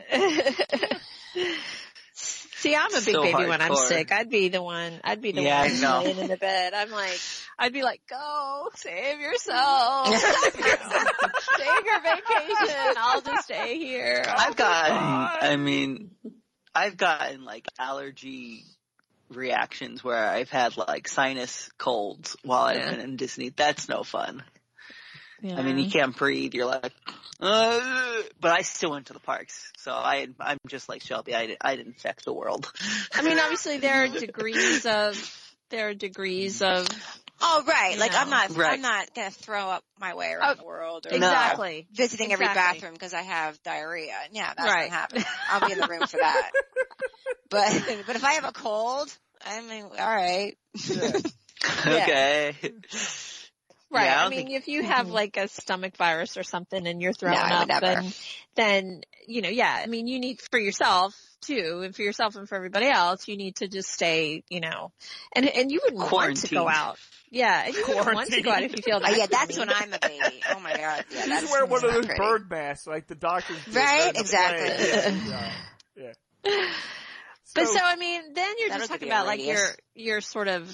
Speaker 1: see, I'm a big
Speaker 3: So
Speaker 1: baby when I'm
Speaker 3: hardcore.
Speaker 1: sick. I'd be the one. I'd be the
Speaker 3: Yeah, I
Speaker 1: one
Speaker 3: know.
Speaker 1: laying in the bed. I'm like, I'd be like, go save yourself, save your vacation. I'll just stay here.
Speaker 3: I've gotten, I mean, I've gotten like allergy reactions where I've had like sinus colds while I've
Speaker 1: Yeah.
Speaker 3: been in Disney. That's no fun.
Speaker 1: Yeah.
Speaker 3: I mean, you can't breathe. You're like, "Ugh," but I still went to the parks. So I, I'm just like Shelby. I, I'd infect the world.
Speaker 1: I mean, obviously there are degrees of there are degrees of
Speaker 6: Oh right, like I'm not.
Speaker 3: Right.
Speaker 6: I'm not going to throw up my way around
Speaker 1: Oh,
Speaker 6: the world or
Speaker 1: exactly.
Speaker 6: visiting every
Speaker 1: Exactly.
Speaker 6: bathroom because I have diarrhea. Yeah, that's
Speaker 1: Right.
Speaker 6: not happening. I'll be in the room for that. But but if I have a cold, I mean, all right.
Speaker 3: okay.
Speaker 1: Right.
Speaker 3: Yeah, I
Speaker 1: I
Speaker 3: don't
Speaker 1: mean,
Speaker 3: think-
Speaker 1: if you have like a stomach virus or something and you're throwing
Speaker 6: Mm-hmm. No, I
Speaker 1: up,
Speaker 6: would never.
Speaker 1: then, then, you know, yeah, I mean, you need for yourself too, and for yourself and for everybody else, you need to just stay, you know, and, and you wouldn't want to go
Speaker 3: Quarantined.
Speaker 1: out. Yeah. And you wouldn't want to go out if you feel
Speaker 6: Oh
Speaker 1: that.
Speaker 6: yeah, that's
Speaker 1: crummy.
Speaker 6: when I'm a baby. Oh my god, yeah,
Speaker 5: You
Speaker 6: that's
Speaker 5: should wear one of
Speaker 6: not
Speaker 5: those
Speaker 6: pretty.
Speaker 5: bird masks like the doctors do.
Speaker 6: Right?
Speaker 5: on the
Speaker 6: Exactly.
Speaker 5: plane. Yeah. yeah.
Speaker 1: But so, I mean, then you're
Speaker 6: That'll
Speaker 1: just talking
Speaker 6: give you a
Speaker 1: about like your,
Speaker 6: radius.
Speaker 1: your sort of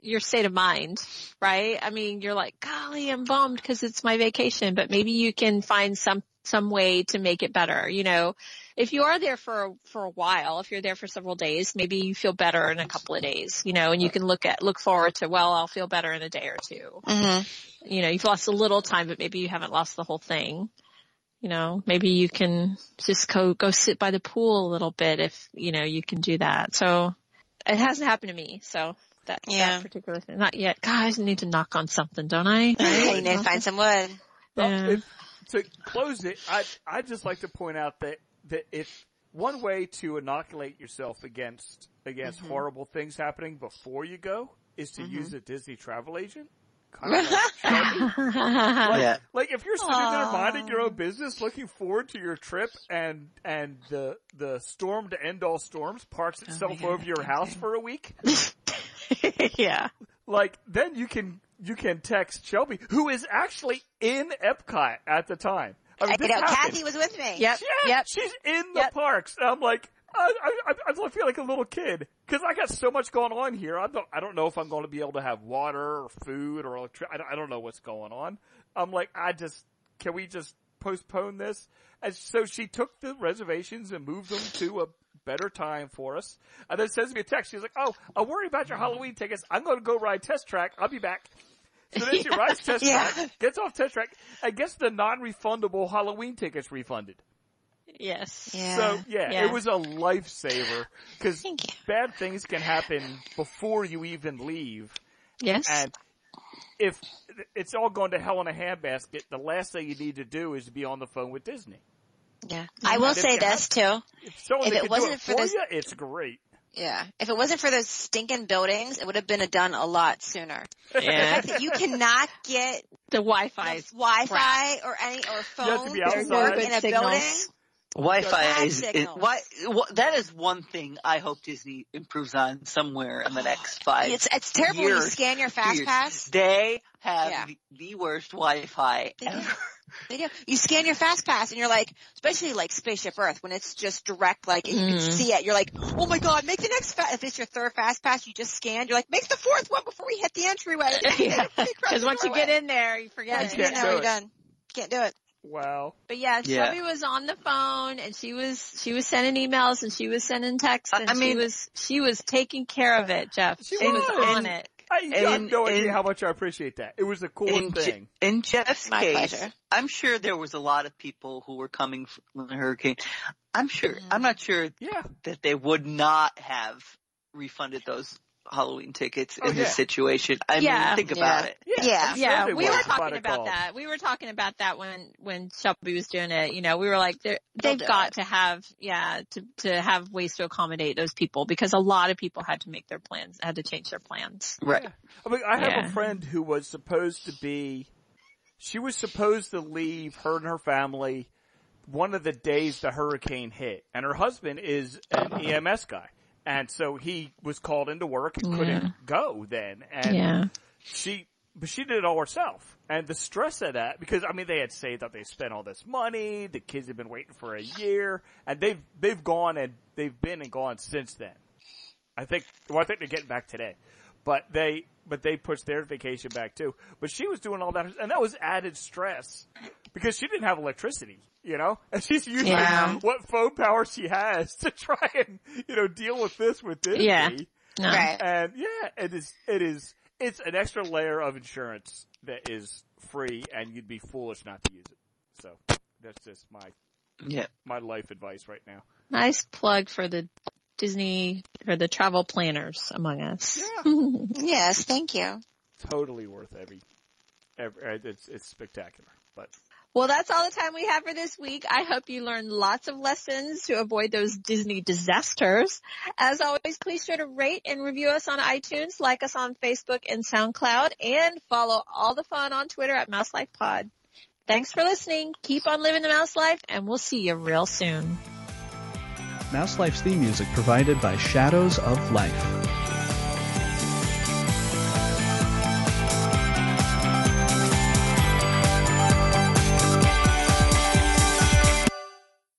Speaker 1: your state of mind, right? I mean, you're like, golly, I'm bummed because it's my vacation, but maybe you can find some, some way to make it better. You know, if you are there for, for a while, if you're there for several days, maybe you feel better in a couple of days, you know, and you can look at, look forward to, well, I'll feel better in a day or two.
Speaker 6: hmm
Speaker 1: You know, you've lost a little time, but maybe you haven't lost the whole thing. You know, maybe you can just go, go sit by the pool a little bit if, you know, you can do that. So it hasn't happened to me. So that,
Speaker 6: Yeah.
Speaker 1: that particular thing, not yet. God, I need to knock on something, don't I?
Speaker 6: I need to find some
Speaker 5: Oh,
Speaker 6: wood.
Speaker 5: Well,
Speaker 1: Yeah.
Speaker 5: if- to close it, I I just like to point out that that if one way to inoculate yourself against against
Speaker 6: Mm-hmm.
Speaker 5: horrible things happening before you go is to use a Disney travel agent. Kind of like, like,
Speaker 3: Yeah.
Speaker 5: like if you're sitting there
Speaker 6: Aw.
Speaker 5: minding your own business, looking forward to your trip, and and the the storm to end all storms
Speaker 6: Oh
Speaker 5: parks itself over your house for a week,
Speaker 1: yeah.
Speaker 5: like then you can you can text Shelby, who is actually in Epcot at the time. I mean,
Speaker 6: I
Speaker 5: this
Speaker 6: know
Speaker 5: happened.
Speaker 6: Kathy was with me.
Speaker 1: Yep.
Speaker 5: Yeah,
Speaker 1: Yep.
Speaker 5: she's in the
Speaker 1: Yep.
Speaker 5: parks. And I'm like, I, I, I, I feel like a little kid because I got so much going on here. I don't, I don't know if I'm going to be able to have water or food or electricity. I don't, I don't know what's going on. I'm like, I just, can we just postpone this? And so she took the reservations and moved them to a better time for us. And then sends me a text. She's like, oh, I worry about your Halloween tickets. I'm going to go ride test track. I'll be back. So then she rides test
Speaker 6: Yeah.
Speaker 5: track, gets off test track, and gets the non-refundable Halloween tickets refunded.
Speaker 1: Yes.
Speaker 6: Yeah.
Speaker 5: So yeah,
Speaker 1: Yeah.
Speaker 5: it was a lifesaver because
Speaker 6: Thank you.
Speaker 5: bad things can happen before you even leave,
Speaker 1: Yes.
Speaker 6: Uh,
Speaker 5: and if it's all going to hell in a handbasket, the last thing you need to do is be on the phone with Disney.
Speaker 6: Yeah. I will
Speaker 5: If
Speaker 6: say
Speaker 5: you
Speaker 6: this too.
Speaker 5: If someone
Speaker 6: If
Speaker 5: that
Speaker 6: it
Speaker 5: can do
Speaker 6: wasn't
Speaker 5: it
Speaker 6: for
Speaker 5: for
Speaker 6: this-
Speaker 5: you, it's great.
Speaker 6: Yeah. If it wasn't for those stinking buildings, it would have been done a lot sooner.
Speaker 1: yeah.
Speaker 6: But you cannot get
Speaker 1: The Wi-Fi.
Speaker 6: Wi-Fi or any or phone
Speaker 5: be
Speaker 6: to work
Speaker 5: outside.
Speaker 6: in a
Speaker 1: Signals.
Speaker 6: building.
Speaker 3: Wi-Fi
Speaker 6: Bad
Speaker 3: is it,
Speaker 6: signals.
Speaker 3: why, wh- that is one thing I hope Disney improves on somewhere in the next five.
Speaker 6: It's it's terrible when you
Speaker 3: years,
Speaker 6: scan your fast
Speaker 3: years.
Speaker 6: pass.
Speaker 3: They have
Speaker 6: Yeah.
Speaker 3: the, the worst Wi-Fi
Speaker 6: They do.
Speaker 3: ever.
Speaker 6: They do. You scan your fast pass and you're like, especially like Spaceship Earth when it's just direct, like and you can
Speaker 1: Mm.
Speaker 6: see it. You're like, oh my god, make the next fast. If it's your third fast pass, you just scanned. You're like, make the fourth one before we hit the entryway.
Speaker 1: Because once you get in there, you
Speaker 6: yeah,
Speaker 1: forget
Speaker 5: I
Speaker 1: it.
Speaker 6: you
Speaker 5: can't
Speaker 6: know,
Speaker 5: do
Speaker 6: you're
Speaker 5: it.
Speaker 6: done. Can't do it.
Speaker 5: Wow.
Speaker 1: But yeah,
Speaker 3: Yeah.
Speaker 1: Shelby was on the phone and she was she was sending emails and she was sending texts
Speaker 3: I-
Speaker 1: and
Speaker 3: I mean-
Speaker 1: she was she was taking care of it, Jeff.
Speaker 5: She
Speaker 1: She was
Speaker 5: was.
Speaker 1: on
Speaker 3: And-
Speaker 1: it.
Speaker 5: I, you have
Speaker 3: And-
Speaker 5: no idea
Speaker 3: and-
Speaker 5: how much I appreciate that. It was the
Speaker 3: in,
Speaker 5: coolest
Speaker 3: Je-
Speaker 5: thing.
Speaker 3: in Jeff's
Speaker 6: My
Speaker 3: case,
Speaker 6: pleasure.
Speaker 3: I'm sure there was a lot of people who were coming from the hurricane. I'm sure,
Speaker 6: Mm-hmm.
Speaker 3: I'm not sure
Speaker 5: Yeah.
Speaker 3: that they would not have refunded those Halloween tickets in
Speaker 5: Oh, yeah.
Speaker 3: this situation. I
Speaker 1: Yeah.
Speaker 3: mean, think
Speaker 6: Yeah.
Speaker 3: about it.
Speaker 5: Yeah.
Speaker 6: Yeah.
Speaker 5: I'm sure
Speaker 1: Yeah,
Speaker 5: they
Speaker 1: we were
Speaker 5: were. Bought
Speaker 1: talking
Speaker 5: a
Speaker 1: about
Speaker 5: call.
Speaker 1: that. We were talking about that when when Shelby was doing it. You know, we were like, they're-
Speaker 6: They'll
Speaker 1: they've
Speaker 6: do
Speaker 1: got
Speaker 6: it.
Speaker 1: to have, yeah, to to have ways to accommodate those people because a lot of people had to make their plans, had to change their plans.
Speaker 3: Right.
Speaker 5: I mean, I have a
Speaker 1: Yeah.
Speaker 5: friend who was supposed to be, she was supposed to leave her and her family one of the days the hurricane hit. And her husband is an EMS guy. And so he was called into work and
Speaker 1: Yeah.
Speaker 5: couldn't go then. And
Speaker 1: yeah,
Speaker 5: she, but she did it all herself. And the stress of that, because I mean, they had saved up, they spent all this money, the kids have been waiting for a year, and they've, they've gone and they've been and gone since then. I think, well, I think they're getting back today, but they, but they pushed their vacation back too. But she was doing all that, and that was added stress because she didn't have electricity, you know, and she's using
Speaker 1: Yeah.
Speaker 5: what phone power she has to try and, you know, deal with this with Disney.
Speaker 1: Yeah. no.
Speaker 6: Right.
Speaker 5: And yeah, it is, it is, it's an extra layer of insurance that is free and you'd be foolish not to use it. So that's just my,
Speaker 3: Yeah.
Speaker 5: my life advice right now.
Speaker 1: Nice plug for the Disney for the travel planners among us.
Speaker 6: Yes. Thank you.
Speaker 5: Totally worth every, every, it's, it's spectacular, but
Speaker 1: Well, that's all the time we have for this week. I hope you learned lots of lessons to avoid those Disney disasters. As always, please sure to rate and review us on iTunes, like us on Facebook and SoundCloud, and follow all the fun on Twitter at Mouse Life Pod. Thanks for listening. Keep on living the mouse life and we'll see you real soon.
Speaker 7: Mouse Life's theme music provided by Shadows of Life.